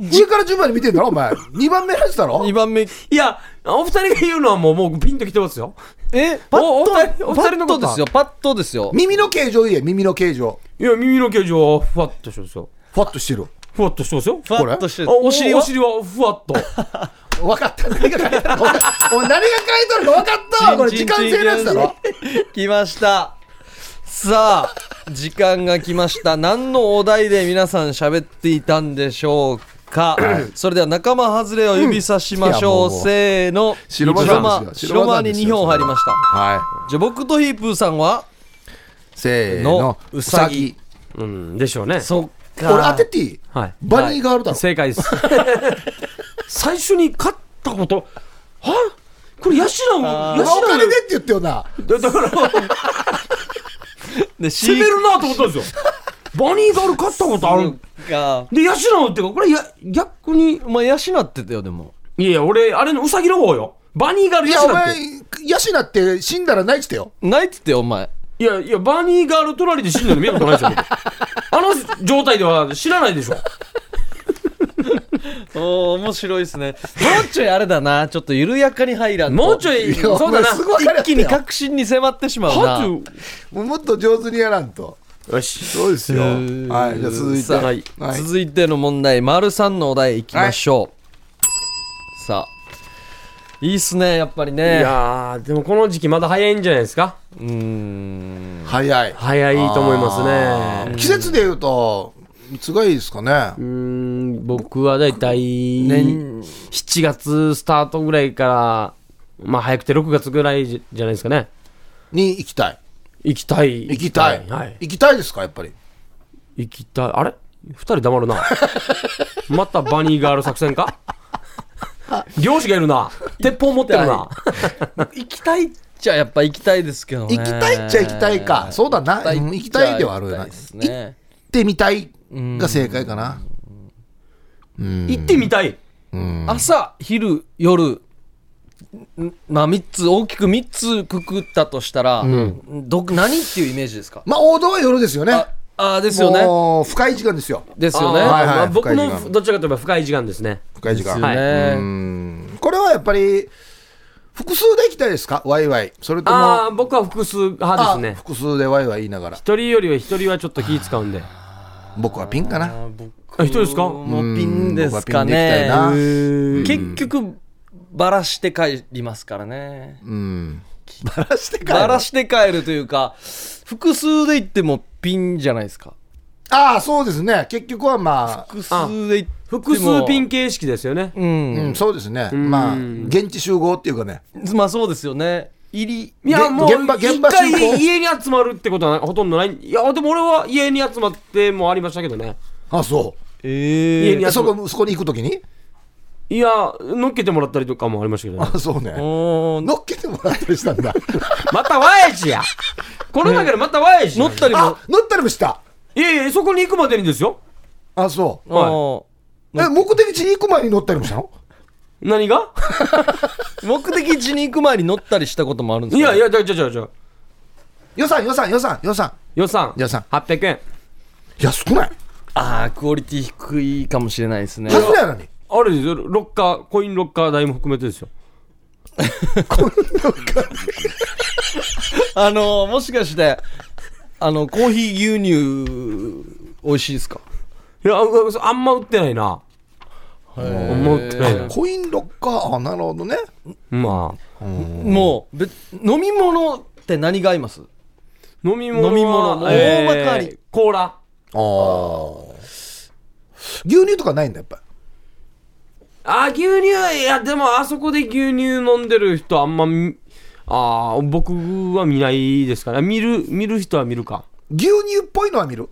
[SPEAKER 3] 上から順番に見てんだろ、お前。2番目のやつだろ
[SPEAKER 1] 2番目
[SPEAKER 2] いやお二人が言うのはもうもうピンときてますよ
[SPEAKER 1] えパッ
[SPEAKER 2] おお二
[SPEAKER 1] と
[SPEAKER 2] 人お
[SPEAKER 1] パ
[SPEAKER 2] 二人の
[SPEAKER 1] ッ
[SPEAKER 2] こ
[SPEAKER 1] と
[SPEAKER 2] と
[SPEAKER 1] ですよパッとですよ
[SPEAKER 3] 耳の形状言え、耳の形状。
[SPEAKER 2] いや耳の形状はふわっとしてますよ
[SPEAKER 3] ふわっとしてる。
[SPEAKER 2] ふわっとしてますよ
[SPEAKER 1] パッとして
[SPEAKER 2] あお
[SPEAKER 1] お
[SPEAKER 2] 尻
[SPEAKER 1] 尻
[SPEAKER 2] お
[SPEAKER 1] は
[SPEAKER 2] 尻はふわっと
[SPEAKER 3] 分かった。何が書いてある お前お前何が書いてあるか分かったわこれ時間制のやつだろ。
[SPEAKER 1] 来ましたさあ時間が来ました何のお題で皆さん喋っていたんでしょうかそれでは仲間外れを指さしましょう、
[SPEAKER 3] うんいやもう
[SPEAKER 1] せーの
[SPEAKER 3] 白間さんですよ
[SPEAKER 1] 白間白間に2票入りました
[SPEAKER 3] は。
[SPEAKER 1] じゃあ僕とヒープーさんはい
[SPEAKER 3] せー
[SPEAKER 1] の
[SPEAKER 3] の、
[SPEAKER 1] う
[SPEAKER 3] う
[SPEAKER 1] さ
[SPEAKER 3] さ
[SPEAKER 1] ぎ
[SPEAKER 3] ぎ。
[SPEAKER 2] うんでしょうね
[SPEAKER 1] そっか
[SPEAKER 3] 俺当てていい
[SPEAKER 2] はい
[SPEAKER 3] バニーガールだろ。
[SPEAKER 2] 正解です 最初に勝ったことはこれヤシナも
[SPEAKER 1] あー
[SPEAKER 2] ヤ
[SPEAKER 3] お
[SPEAKER 2] シナ
[SPEAKER 3] 金でって言ってよな。
[SPEAKER 2] だだから
[SPEAKER 1] で
[SPEAKER 2] 攻めるなと思ったんですよバニーガール勝ったことある
[SPEAKER 1] か
[SPEAKER 2] でヤシナっていうかこれや逆に
[SPEAKER 1] お前養ってたよでも
[SPEAKER 2] いやいや俺あれのウサギの方よバニーガール
[SPEAKER 3] い
[SPEAKER 2] ヤ
[SPEAKER 3] や、お
[SPEAKER 2] シナって
[SPEAKER 3] 前、ヤシナって死んだらないってよ。
[SPEAKER 1] 泣いてたよお前
[SPEAKER 2] いやいやバニーガール隣で死ん だの見たことないでしょ僕あの状態では知らないでしょ
[SPEAKER 1] おー面白いですねもうちょいあれだなちょっと緩やかに入らんと
[SPEAKER 2] もうちょい、
[SPEAKER 3] いや
[SPEAKER 2] そうだな。
[SPEAKER 3] お前すごい
[SPEAKER 1] 一気に確信に迫ってしまうな
[SPEAKER 2] は
[SPEAKER 3] もうもっと上手にやらんと。
[SPEAKER 2] つよし。
[SPEAKER 3] そうですよ。
[SPEAKER 1] へー
[SPEAKER 3] はい、じゃあ続いて。
[SPEAKER 1] さあ
[SPEAKER 3] は
[SPEAKER 2] はいい。
[SPEAKER 1] 続いての問題丸さんのお題いきましょう、さあいいっすねやっぱり
[SPEAKER 2] い
[SPEAKER 1] ね
[SPEAKER 2] やー、でもこの時期まだ早いんじゃないですか
[SPEAKER 1] うーん
[SPEAKER 3] 早い。
[SPEAKER 2] 早いと思います
[SPEAKER 3] あー
[SPEAKER 2] ね。
[SPEAKER 3] 季節で言うと、いつがいいですかね
[SPEAKER 2] う。ーん、僕はだいたい7
[SPEAKER 1] 年
[SPEAKER 2] 月スタートぐらいから、まあ早くて6月ぐらいじじゃないですかね。
[SPEAKER 3] に行きたい。
[SPEAKER 2] 行きたい。
[SPEAKER 3] 行きたい。
[SPEAKER 2] はい。
[SPEAKER 3] 行きたいですか、やっぱり。
[SPEAKER 2] 行きたい。あれ二人黙るな。 またバニーガール作戦 か漁師がいるな。鉄砲持ってるな。
[SPEAKER 1] 行きたいっちゃやっぱ行きたいですけどね
[SPEAKER 3] 行きたいっちゃ行きたいかそうだなうん行きたいではあるよな
[SPEAKER 1] 行きたいっすね
[SPEAKER 3] 行ってみたいが正解かな。
[SPEAKER 2] 行ってみたい。
[SPEAKER 1] 朝昼夜んまあ3つ大きく3つくくったとしたら、ど何っていうイメージですか
[SPEAKER 3] まあ、王道は夜ですよね。
[SPEAKER 1] ああーですよね
[SPEAKER 3] もう、深い時間ですよ。
[SPEAKER 1] ですよ
[SPEAKER 2] あー
[SPEAKER 1] ね
[SPEAKER 3] は
[SPEAKER 2] ま
[SPEAKER 3] いはい
[SPEAKER 2] あ僕
[SPEAKER 3] 深い時間
[SPEAKER 2] もどちらかといえば深い時間ですね。
[SPEAKER 3] 深い時
[SPEAKER 1] です
[SPEAKER 3] 間。
[SPEAKER 1] よね、
[SPEAKER 3] うんこれはやっぱり、複数で行きたいですかワイワイ。それとも、
[SPEAKER 2] ああ、僕は複数派です
[SPEAKER 3] あ
[SPEAKER 2] ね。
[SPEAKER 3] 複数でワイワイ言いながら。
[SPEAKER 2] 一人よりは一人はちょっと気使うんで。
[SPEAKER 3] 僕はピンかな。
[SPEAKER 1] あ僕
[SPEAKER 2] あ一人ですか
[SPEAKER 1] もピンですか
[SPEAKER 3] う
[SPEAKER 1] ね
[SPEAKER 3] ん僕はピンで
[SPEAKER 1] 結局バラして帰りますからね
[SPEAKER 3] うん。バラしてか
[SPEAKER 1] バラして帰るというか複数で行ってもピンじゃないですか
[SPEAKER 3] ああ、そうですね。結局はまあ、
[SPEAKER 1] 複数で行っても
[SPEAKER 2] 複数ピン形式ですよね。
[SPEAKER 1] うん
[SPEAKER 3] うん、そうですね。まあ、現地集合っていうかね。
[SPEAKER 1] まあそうですよね入り
[SPEAKER 2] いや、もう、
[SPEAKER 3] 現場現場
[SPEAKER 2] 一回
[SPEAKER 3] 集合
[SPEAKER 2] 家に集まるってことはほとんどない。いや、でも俺は家に集まってもありましたけどね。
[SPEAKER 3] あそ
[SPEAKER 1] え
[SPEAKER 2] 家
[SPEAKER 3] う。い
[SPEAKER 2] に
[SPEAKER 3] や、
[SPEAKER 2] 集
[SPEAKER 3] そ
[SPEAKER 2] ま
[SPEAKER 3] こ、そこに行くときに
[SPEAKER 2] いや、乗っけてもらったりとかもありましたけどね。
[SPEAKER 3] あそうね。
[SPEAKER 1] おー
[SPEAKER 3] 乗っけてもらったりしたん だ。
[SPEAKER 2] また和えしや。この中でまた和えし。
[SPEAKER 1] 乗ったりも
[SPEAKER 3] あ、乗ったりもした。
[SPEAKER 2] いやいや、そこに行くまでにですよ。
[SPEAKER 3] あ、そう。
[SPEAKER 2] はい
[SPEAKER 1] お
[SPEAKER 3] え、目的地に行く前に乗ったりもしたの
[SPEAKER 2] 何が
[SPEAKER 1] ー目的地に行く前に乗ったりしたこともあるんです
[SPEAKER 2] い
[SPEAKER 1] か
[SPEAKER 2] やいや、じゃあじゃあじゃあじゃあ
[SPEAKER 3] 予算、予算、予算、予算。
[SPEAKER 2] 予算。
[SPEAKER 3] 予算
[SPEAKER 2] 800円。
[SPEAKER 3] 安くない
[SPEAKER 1] ああクオリティ低いかもしれないですね
[SPEAKER 3] 外れやのに。
[SPEAKER 2] あれですよ、ロッカー、コインロッカー代も含めてですよ。
[SPEAKER 1] あのーもしかしてあのコーヒー牛乳美味しいですか
[SPEAKER 2] いや、ああんま売ってないな。あんま売ってないな。
[SPEAKER 3] コインロッカー、あ、なるほどね。
[SPEAKER 2] まあ、
[SPEAKER 1] もうべ飲み物って何が合います
[SPEAKER 2] 飲み物は。
[SPEAKER 1] 飲み物も
[SPEAKER 2] えー
[SPEAKER 1] 大まかに
[SPEAKER 2] コーラ。
[SPEAKER 3] ああ。牛乳とかないんだ、やっぱり。
[SPEAKER 2] あ、牛乳、いや、でもあそこで牛乳飲んでる人あんま見、あー僕は見ないですから、見る、見る人は見るか。
[SPEAKER 3] 牛乳っぽいのは見る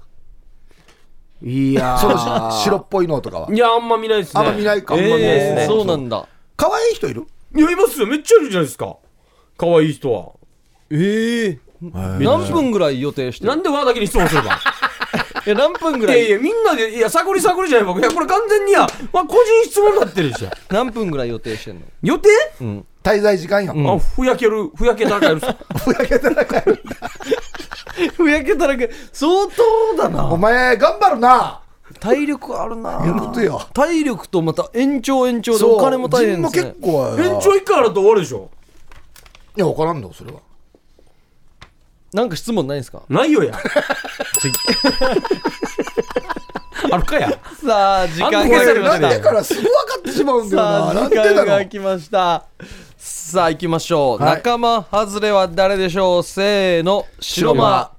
[SPEAKER 2] いやー
[SPEAKER 3] そのし白っぽいのとかは。
[SPEAKER 2] いや、あんま見ないですね。
[SPEAKER 3] あんま見ないか
[SPEAKER 2] あんま見ないですね。
[SPEAKER 1] えーそうなんだ
[SPEAKER 3] 可愛い人いる
[SPEAKER 2] いや、いますよ。めっちゃいるじゃないですか。可愛い人は。
[SPEAKER 1] ええ何分ぐらい予定して
[SPEAKER 2] な
[SPEAKER 1] る
[SPEAKER 2] んでわだけに質問 すれば。
[SPEAKER 1] いや何分ぐ
[SPEAKER 2] い
[SPEAKER 1] ら
[SPEAKER 2] やい
[SPEAKER 1] い
[SPEAKER 2] や、みんなで、いや、探り探りじゃない僕。いや、これ完全にや、まあ、個人質問になってるでしょ。
[SPEAKER 1] 何分ぐらい予定してんの
[SPEAKER 2] 予定、
[SPEAKER 3] 滞在時間やん。
[SPEAKER 2] あ、ふやける、ふやけたら帰る。
[SPEAKER 3] ふやけてなかった
[SPEAKER 1] ふやけたらけ相当だな
[SPEAKER 3] お前、頑張るな。
[SPEAKER 1] 体力ある
[SPEAKER 3] いや本
[SPEAKER 1] な
[SPEAKER 3] 当よ
[SPEAKER 1] 体力とまた延長延長で
[SPEAKER 3] そう
[SPEAKER 1] お金も大変です
[SPEAKER 3] 人
[SPEAKER 1] ね
[SPEAKER 3] も結構やな
[SPEAKER 2] 延長一回あると終わるでしょ。
[SPEAKER 3] いや、わからんの、それは。
[SPEAKER 1] なんか質問ないんですか
[SPEAKER 2] ないよや。 あるかや。
[SPEAKER 1] さあ時間が
[SPEAKER 2] あん
[SPEAKER 1] 来ま
[SPEAKER 2] なけ
[SPEAKER 1] し
[SPEAKER 2] さ
[SPEAKER 3] 俺
[SPEAKER 2] れ
[SPEAKER 1] た
[SPEAKER 3] なん
[SPEAKER 2] ま
[SPEAKER 3] で
[SPEAKER 2] せん
[SPEAKER 3] からすぐ分かってしまうんだ
[SPEAKER 1] さ
[SPEAKER 3] よ
[SPEAKER 1] あ
[SPEAKER 3] な。な
[SPEAKER 1] 時
[SPEAKER 3] んでだ
[SPEAKER 1] 間
[SPEAKER 3] ろ
[SPEAKER 1] が
[SPEAKER 3] う。
[SPEAKER 1] 来ましたさあ行きましょう、
[SPEAKER 3] はい
[SPEAKER 1] 仲間外れは誰でしょうせーの白間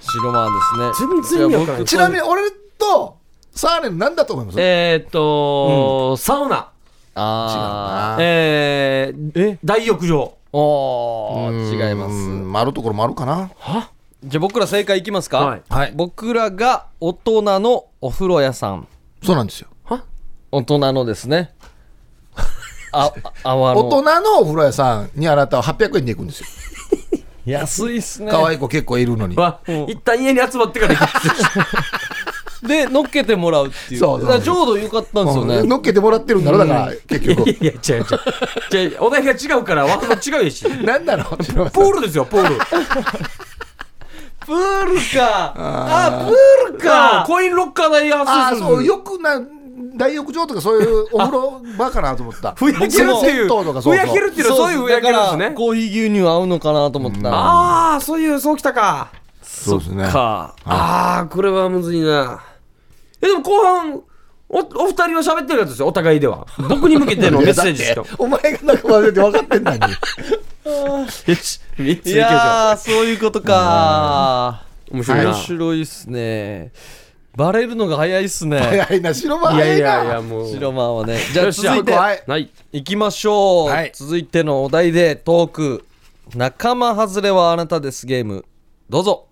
[SPEAKER 1] 白間ですね
[SPEAKER 2] 全然意味わからない
[SPEAKER 1] や僕
[SPEAKER 3] ちなみに、俺とサーレン、なんだと思います
[SPEAKER 2] えーっと、サウナ。
[SPEAKER 1] あ
[SPEAKER 3] 違うな
[SPEAKER 2] えー、
[SPEAKER 1] え
[SPEAKER 2] 大浴場。
[SPEAKER 1] あおー違いま
[SPEAKER 3] う
[SPEAKER 1] す
[SPEAKER 3] ん、あるところもあるかな。
[SPEAKER 1] じゃあ僕ら正解いきますか
[SPEAKER 2] はい
[SPEAKER 3] はい
[SPEAKER 1] 僕らが大人のお風呂屋さん
[SPEAKER 3] そうなんですよ。
[SPEAKER 1] 大人のですねああわ
[SPEAKER 3] 大
[SPEAKER 1] の
[SPEAKER 3] 人のお風呂屋さんにあなたは800円で行くんですよ。
[SPEAKER 1] 安いっすね
[SPEAKER 3] 可愛い子結構いるのに。
[SPEAKER 2] は、一旦家に集まってから行く。
[SPEAKER 1] で乗っけてもらうっていう
[SPEAKER 3] そうそう
[SPEAKER 1] だからちょうどよかったんですよね、
[SPEAKER 3] うん乗っけてもらってるんだろ、だから、結局。
[SPEAKER 2] いや、違う違う。違うお題が違うから、わざと違うや し。
[SPEAKER 3] なんだろう、白間さ
[SPEAKER 2] プ
[SPEAKER 3] ん
[SPEAKER 2] ールですよ、プール。
[SPEAKER 1] プールかあプール
[SPEAKER 2] あ
[SPEAKER 1] か
[SPEAKER 2] コインロッカー代発
[SPEAKER 3] あ
[SPEAKER 2] 生
[SPEAKER 3] あ、
[SPEAKER 2] する。
[SPEAKER 3] そう、よくな、大浴場とかそういうお風呂場かなと思った。
[SPEAKER 2] ふやけるっていう、
[SPEAKER 3] 銭湯とかそ
[SPEAKER 2] ふ
[SPEAKER 3] うそう
[SPEAKER 2] やけるっていうのはそういうふやけるんです
[SPEAKER 1] だから
[SPEAKER 2] ね。
[SPEAKER 1] コーヒー牛乳合うのかなと思ったら
[SPEAKER 2] ああ、そういう、そうきたか。
[SPEAKER 3] そうですね。
[SPEAKER 1] か
[SPEAKER 2] ああ、これはむずいな。え、でも後半、お、お二人は喋ってるやつですよ、お互いでは。僕に向けてのメッセージですよ。
[SPEAKER 3] お前が仲間でて分かってんのに。
[SPEAKER 2] めっちゃ、めっ
[SPEAKER 1] い
[SPEAKER 2] ちゃ
[SPEAKER 1] やーそういうことか
[SPEAKER 2] いけ面白いな。
[SPEAKER 1] 面白いっすねバレるのが早いっすね
[SPEAKER 3] 早いな、白間
[SPEAKER 2] いや
[SPEAKER 3] 早
[SPEAKER 2] い
[SPEAKER 3] いな。
[SPEAKER 2] やいや、もう。
[SPEAKER 1] 白マンはねじゃあ
[SPEAKER 2] よっし
[SPEAKER 1] 続
[SPEAKER 2] ゃ
[SPEAKER 1] いて
[SPEAKER 3] はい。
[SPEAKER 2] ない。
[SPEAKER 1] 行きましょう、
[SPEAKER 3] はい
[SPEAKER 1] 続いてのお題でトーク仲間外れはあなたですゲームどうぞ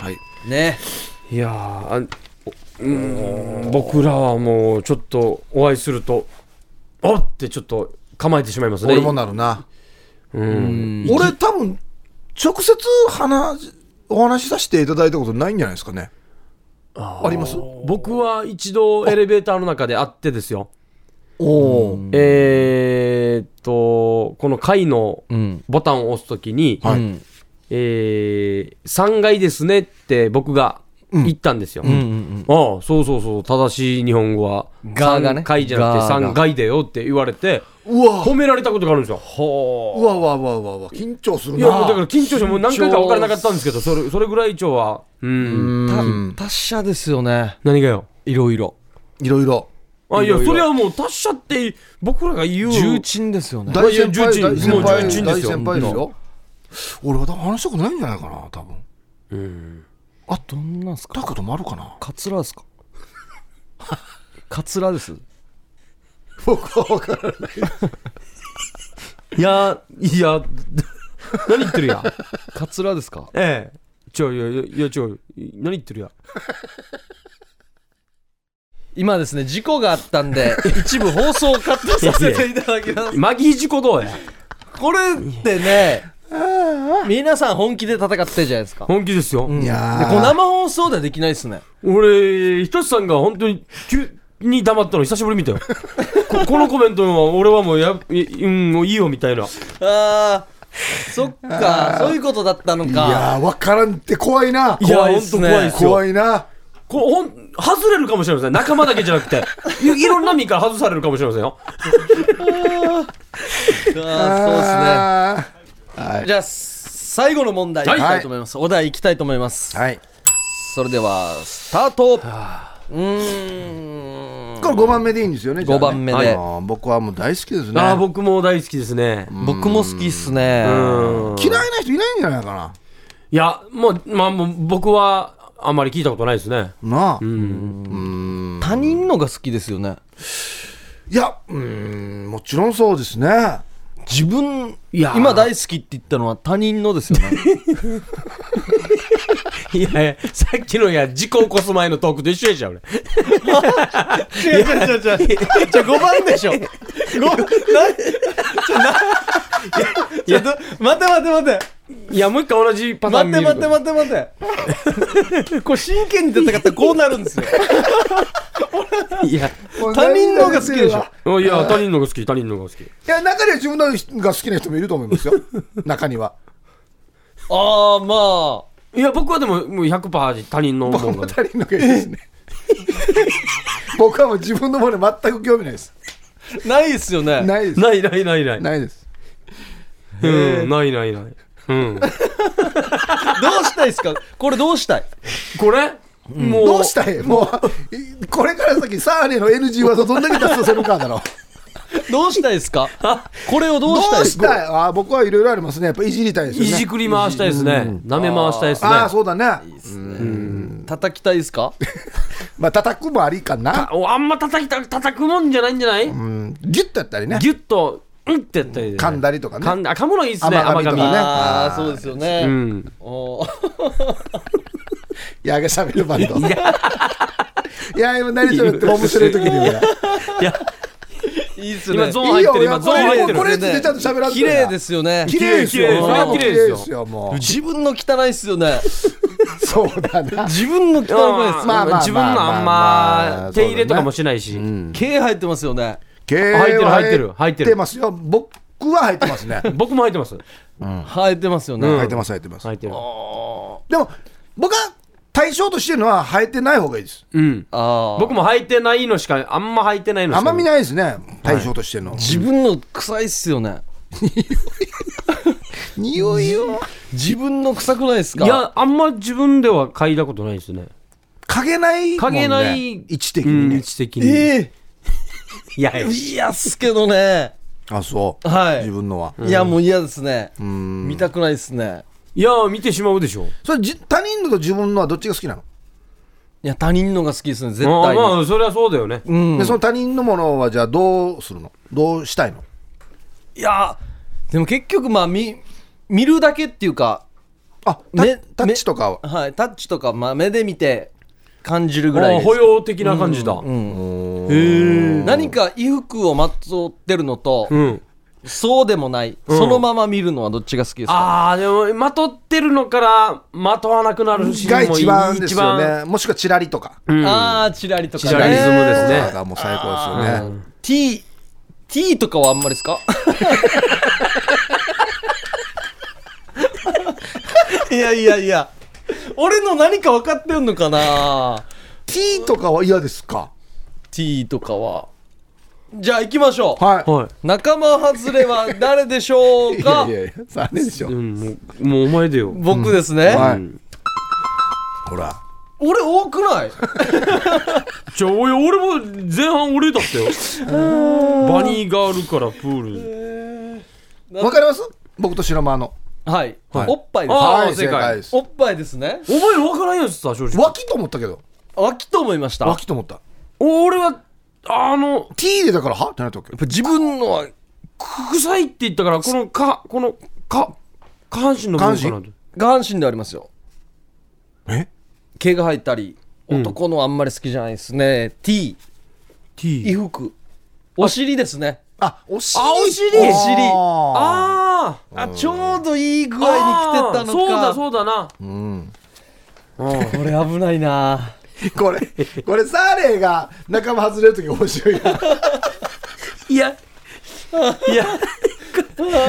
[SPEAKER 3] はい。
[SPEAKER 1] ね
[SPEAKER 2] いやーあうーん僕らはもうちょっとお会いするとおってちょっと構えてしまいますね
[SPEAKER 3] 俺もなるな。
[SPEAKER 2] うん
[SPEAKER 3] 俺多分、直接話、お話しさせていただいたことないんじゃないですかね。あります
[SPEAKER 2] 僕は一度エレベーターの中で会ってですよ
[SPEAKER 3] おお。
[SPEAKER 2] えー、っとこの階の
[SPEAKER 1] うん
[SPEAKER 2] ボタンを押すときに、
[SPEAKER 3] はい
[SPEAKER 1] うん
[SPEAKER 2] え3階ですねって僕が言ったんですよ、
[SPEAKER 1] うんうん
[SPEAKER 2] ああそうそうそう正しい日本語は
[SPEAKER 1] ががね
[SPEAKER 2] 3階じゃなくて
[SPEAKER 1] がが
[SPEAKER 2] 3階だよって言われて
[SPEAKER 3] うわ
[SPEAKER 2] 褒められたことがあるんですよ
[SPEAKER 1] ほ
[SPEAKER 3] うわうわうわうわうわ緊張する
[SPEAKER 2] い
[SPEAKER 3] な。
[SPEAKER 2] やもうだから緊張してもう何回か分からなかったんですけどそれそれぐらい一応はうん
[SPEAKER 1] う
[SPEAKER 3] うん
[SPEAKER 1] 達者ですよね
[SPEAKER 2] 何がよ
[SPEAKER 1] いろいろ
[SPEAKER 3] いろいろ。
[SPEAKER 2] あい
[SPEAKER 1] いろ
[SPEAKER 2] や
[SPEAKER 1] いろ
[SPEAKER 2] それはもう達者って僕らが言う
[SPEAKER 1] 重鎮ですよね
[SPEAKER 2] だいや
[SPEAKER 3] 大
[SPEAKER 2] いや
[SPEAKER 3] 先輩、
[SPEAKER 2] 重鎮も
[SPEAKER 3] 大先輩、
[SPEAKER 2] う重鎮ですよ
[SPEAKER 3] 大先輩ですよ。俺は多分話したことないんじゃないかな、多分。
[SPEAKER 1] あどんなんすか
[SPEAKER 3] たこともあるかな。
[SPEAKER 1] カツラ ですかカツラです
[SPEAKER 3] 僕は分からない。
[SPEAKER 2] いやいや 何言ってるや
[SPEAKER 1] カツラですか
[SPEAKER 2] ええちょいやいやいやちょい何言ってるや
[SPEAKER 1] 今ですね事故があったん で一部放送をカットさせていただきます
[SPEAKER 2] マギー事故どうや
[SPEAKER 1] これってね 皆さん本気で戦ってるじゃないですかで
[SPEAKER 2] 本気ですよ、
[SPEAKER 1] ん
[SPEAKER 3] いや
[SPEAKER 1] こう生放送ではできないですね
[SPEAKER 2] 俺ひとしさんが本当に急に黙ったの久しぶり見たよ ここのコメントは俺はもうやいうんもういいよみたいな
[SPEAKER 1] あーそっかそういうことだったの
[SPEAKER 3] い
[SPEAKER 1] か
[SPEAKER 3] やー、分からんって怖いな。
[SPEAKER 2] いや
[SPEAKER 1] 怖いっ
[SPEAKER 2] 本
[SPEAKER 1] す
[SPEAKER 2] 当
[SPEAKER 1] ね
[SPEAKER 2] 怖いですよ
[SPEAKER 3] 怖いな。
[SPEAKER 2] こうほん外れるかもしれません仲間だけじゃなくていいろんな身から外されるかもしれませんよ
[SPEAKER 1] あー
[SPEAKER 3] そうですね。は
[SPEAKER 1] そうですねじゃあ最後の問題いきたいと思います、お題いきたいと思います、
[SPEAKER 3] い。はい。
[SPEAKER 1] それではスタートうーん
[SPEAKER 3] これ5番目でいいんですよね。
[SPEAKER 1] 5番目で
[SPEAKER 3] じゃあねあー僕はもう大好きですね。
[SPEAKER 2] ああ僕も大好きですね
[SPEAKER 1] 僕も好きっすね
[SPEAKER 2] うん
[SPEAKER 3] 嫌いな人いないんじゃないかな。
[SPEAKER 2] いやもうまあもう僕はあんまり聞いたことないですね
[SPEAKER 3] なあ。
[SPEAKER 2] うん
[SPEAKER 1] 他人のが好きですよね
[SPEAKER 3] いや、うーん、もちろんそうですね。
[SPEAKER 1] 自分
[SPEAKER 2] いやー
[SPEAKER 1] 今大好きって言ったのは他人のですよ ね
[SPEAKER 2] いやいやさっきのいや事故起こす前のトークと一緒やじゃん俺
[SPEAKER 1] 違う違う違う違うじゃ5番でしょ5番ちょなちょっと待って待って待って
[SPEAKER 2] いやもう一回同じパターン
[SPEAKER 1] 待っ
[SPEAKER 2] 見
[SPEAKER 1] て
[SPEAKER 2] る
[SPEAKER 1] 待って待って待ってこれ真剣に戦ったらこうなるんですよ
[SPEAKER 2] いや
[SPEAKER 1] 他人のが好きでしょ
[SPEAKER 2] いや他人のが好き他人のが好き
[SPEAKER 3] いや、中には自分のが好きな人もいると思いますよ。中には。
[SPEAKER 1] ああまあ
[SPEAKER 2] いや僕はでももう100%他人のも
[SPEAKER 3] 僕
[SPEAKER 2] の
[SPEAKER 3] も
[SPEAKER 2] が
[SPEAKER 3] 他人のがいいですね。僕はもう自分のものに全く興味ないです。
[SPEAKER 1] ないですよね
[SPEAKER 3] ないです。
[SPEAKER 2] ないないないない
[SPEAKER 3] ないです。
[SPEAKER 2] うんないないないうん
[SPEAKER 1] どうしたいですかこれどうしたい
[SPEAKER 2] これもう
[SPEAKER 3] どうしたいもう、これから先、サーネの NG 技どんだけ出させるかだろう。
[SPEAKER 1] どうしたいですかこれをど
[SPEAKER 3] ど
[SPEAKER 1] う
[SPEAKER 3] う
[SPEAKER 1] したいです
[SPEAKER 3] し
[SPEAKER 1] か
[SPEAKER 3] たいあー僕はいろいろありますね。やっぱいじりたいですよ
[SPEAKER 2] い
[SPEAKER 3] ね。
[SPEAKER 2] じくり回したいですね。舐め回したいですね。
[SPEAKER 3] ああ、そうだね。
[SPEAKER 1] 叩きたいですか
[SPEAKER 3] まあ、叩くもありかな。
[SPEAKER 2] あおあんま叩きた叩くもんじゃないんじゃない、
[SPEAKER 3] うん、ギュッとやったりね。
[SPEAKER 2] ギュッと、うんってやったり、ね。
[SPEAKER 3] 噛んだりとか
[SPEAKER 2] 噛
[SPEAKER 3] ね。
[SPEAKER 2] んだ。あ噛むのいいっすね、甘
[SPEAKER 3] 甘
[SPEAKER 2] 噛
[SPEAKER 3] 噛
[SPEAKER 2] み。
[SPEAKER 3] みとかね
[SPEAKER 1] ああそうですよね、
[SPEAKER 2] うん。
[SPEAKER 1] おー
[SPEAKER 3] やげしゃべるバンド。いや、今何しゃべっても面白い時にね。
[SPEAKER 2] いや、
[SPEAKER 1] いいっすね
[SPEAKER 2] 今ゾーン入ってる、今ゾーン入って
[SPEAKER 3] これ
[SPEAKER 2] る。
[SPEAKER 3] これでちゃんと喋らんと
[SPEAKER 1] 綺麗ですよね
[SPEAKER 3] 綺麗ですよ。
[SPEAKER 2] 綺麗綺麗
[SPEAKER 3] それはもう
[SPEAKER 2] 綺麗ですよ
[SPEAKER 3] 綺よ。もう。
[SPEAKER 1] 自分の汚いっすよね
[SPEAKER 3] そうだな。
[SPEAKER 1] 自分の汚くないっす
[SPEAKER 2] う
[SPEAKER 1] よね
[SPEAKER 2] ん
[SPEAKER 3] まあまあまあまあ
[SPEAKER 2] 自分のあんま手入れとかもしないし。
[SPEAKER 1] 毛入ってますよね
[SPEAKER 3] 経営
[SPEAKER 2] 入ってる入ってる入ってる
[SPEAKER 3] 入ってますよ。僕は入ってますね。
[SPEAKER 2] 僕も入ってます。
[SPEAKER 1] 生えてますよね、
[SPEAKER 2] うん
[SPEAKER 3] 入ってます、入ってます
[SPEAKER 2] 入。ってる。
[SPEAKER 3] でも、僕は対象としてるのは生えてない方がいいです。
[SPEAKER 2] うん。
[SPEAKER 1] ああ
[SPEAKER 2] 僕も履いてないのしか、あんま履いてないのしか。
[SPEAKER 3] あんま見ないですね。対象としてるの。
[SPEAKER 1] 自分の臭いっすよね
[SPEAKER 3] 匂いを。
[SPEAKER 1] 自分の臭くないっすか
[SPEAKER 2] いや、あんま自分では嗅いだことないですね。
[SPEAKER 3] 影ないもんね。
[SPEAKER 2] 嗅げない
[SPEAKER 3] 位置的
[SPEAKER 2] う
[SPEAKER 3] に
[SPEAKER 2] ん、位
[SPEAKER 3] ね。
[SPEAKER 2] 置的に。
[SPEAKER 1] え
[SPEAKER 2] いやい
[SPEAKER 1] え
[SPEAKER 2] や、
[SPEAKER 1] 嫌っすけどね
[SPEAKER 3] あ、そう。
[SPEAKER 1] はい
[SPEAKER 3] 自分のは。
[SPEAKER 1] いやもう嫌ですね
[SPEAKER 3] うん。
[SPEAKER 1] 見たくないっすね
[SPEAKER 2] いや、見てしまうでしょ。
[SPEAKER 3] それ、じ他人のと自分のはどっちが好きなの
[SPEAKER 1] いや他人のが好きですね絶
[SPEAKER 2] ああ
[SPEAKER 1] 対に、
[SPEAKER 2] まあ、それはそうだよね。
[SPEAKER 1] うん
[SPEAKER 3] で、その他人のものはじゃあどうするのどうしたいの
[SPEAKER 1] いやでも結局まあ見見るだけっていうか
[SPEAKER 3] あ、タ
[SPEAKER 1] ね
[SPEAKER 3] タッチとかは。
[SPEAKER 1] はいタッチとか、まあ、目で見て感じるぐらいで
[SPEAKER 2] ああ
[SPEAKER 1] す
[SPEAKER 2] 保養的な感じだ。
[SPEAKER 1] うん
[SPEAKER 2] へえ。
[SPEAKER 1] 何か衣服をまとってるのと、
[SPEAKER 2] うん。
[SPEAKER 1] そうでもない、そのまま見るのはどっちが好きですか
[SPEAKER 2] ああ、でも、まとってるのから、まとわなくなるし、
[SPEAKER 3] が
[SPEAKER 2] もう
[SPEAKER 3] 一番ですよ。
[SPEAKER 2] 一
[SPEAKER 3] ね。もしくはチラリとか。
[SPEAKER 2] 番うん、あ
[SPEAKER 1] あーチラリとかね
[SPEAKER 2] チラリズムですね
[SPEAKER 3] とかがもう最高ですよね。
[SPEAKER 1] T, T とかはあんまりです かいやいやいや俺の何か分かってんのかな
[SPEAKER 3] T とかは嫌ですか
[SPEAKER 1] T とかはじゃあ行きましょう、
[SPEAKER 3] はい。
[SPEAKER 2] は
[SPEAKER 1] 仲間外れは誰でしょう
[SPEAKER 3] い
[SPEAKER 1] か
[SPEAKER 3] やいやいや、残念でしょ
[SPEAKER 2] い。う。ん、もう、もうお前でよ。
[SPEAKER 1] 僕ですね、
[SPEAKER 3] は
[SPEAKER 2] う
[SPEAKER 3] い
[SPEAKER 2] ん。
[SPEAKER 3] ほら。
[SPEAKER 1] 俺多くない
[SPEAKER 2] じゃあ、俺俺も前半俺だっ たよ。バニーガールからプール。
[SPEAKER 3] わかります僕と白間の。
[SPEAKER 1] はい、
[SPEAKER 3] はい
[SPEAKER 1] おっぱいです
[SPEAKER 2] あー
[SPEAKER 3] はい、
[SPEAKER 2] 正解
[SPEAKER 3] 正解です。
[SPEAKER 1] おっぱいですね
[SPEAKER 2] お前分からんやつさ、正直。
[SPEAKER 3] 脇と思ったけど。
[SPEAKER 1] 脇と思いましたやっ
[SPEAKER 3] 脇と思った。
[SPEAKER 2] 俺は、あの、
[SPEAKER 3] T でだからはってなったわけ。
[SPEAKER 1] ぱ自分のは
[SPEAKER 2] 臭いって言ったから、この、か、この、か、下半身の部分か
[SPEAKER 3] 下
[SPEAKER 2] な
[SPEAKER 3] 半
[SPEAKER 2] と。
[SPEAKER 1] 下半身ではありますよ
[SPEAKER 3] え
[SPEAKER 1] 毛が生えたり
[SPEAKER 2] ん
[SPEAKER 1] 男のあんまり好きじゃないですね、T
[SPEAKER 2] T。
[SPEAKER 1] 衣服お尻ですね
[SPEAKER 3] あ、お尻。
[SPEAKER 2] あお尻
[SPEAKER 1] お尻
[SPEAKER 3] あ
[SPEAKER 2] あー
[SPEAKER 1] あちょうどいい具合に来てたの
[SPEAKER 2] あー
[SPEAKER 1] か
[SPEAKER 2] そうだそうだな。
[SPEAKER 3] ーうん。
[SPEAKER 1] これ危ないな
[SPEAKER 3] これ、これサーレイが仲間外れるとき面白いな。
[SPEAKER 2] いや、いや、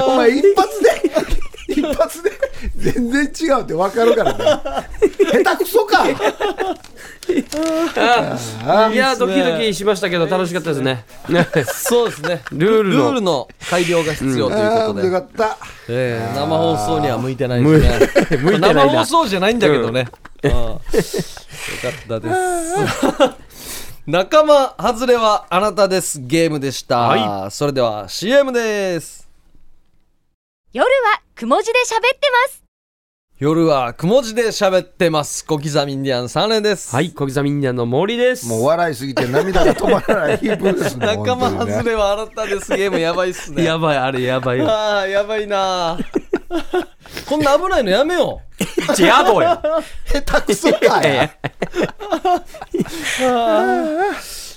[SPEAKER 3] お前一発で、一発で、全然違うって分かるからね。下手くそ か。
[SPEAKER 1] いい
[SPEAKER 2] いや、
[SPEAKER 1] っす
[SPEAKER 2] ド
[SPEAKER 1] ね
[SPEAKER 2] キドキしましたけど、楽しかったですね。
[SPEAKER 1] そうですね
[SPEAKER 2] ルール
[SPEAKER 1] ル
[SPEAKER 2] の
[SPEAKER 1] ールの改良が必要という
[SPEAKER 3] あ
[SPEAKER 1] こ
[SPEAKER 3] ー
[SPEAKER 1] と
[SPEAKER 3] よ
[SPEAKER 1] で、
[SPEAKER 3] かった。
[SPEAKER 1] えー生放送には向いてないですね
[SPEAKER 2] 向いてないな
[SPEAKER 1] 生放送じゃないんだけどね、うん、よかったです 仲間外れはあなたですゲームでした、
[SPEAKER 2] は
[SPEAKER 1] それでは CM です
[SPEAKER 4] 夜はくも字で喋ってます
[SPEAKER 1] 夜はくも字で喋ってます小刻みインディアン三連です
[SPEAKER 2] はい、小刻みインディアンの森です。
[SPEAKER 3] もう笑いすぎて涙が止まらないヒープーですね。
[SPEAKER 1] 仲間
[SPEAKER 3] 本当に
[SPEAKER 1] 外
[SPEAKER 3] ね。
[SPEAKER 1] れはあなたですゲームやばいっすね
[SPEAKER 2] やばい、あれやばいよ。
[SPEAKER 1] あーやばいなこんな危ないのやめよう
[SPEAKER 2] ちやぼや。
[SPEAKER 3] 下手くそか
[SPEAKER 2] いや
[SPEAKER 3] よ
[SPEAKER 2] い。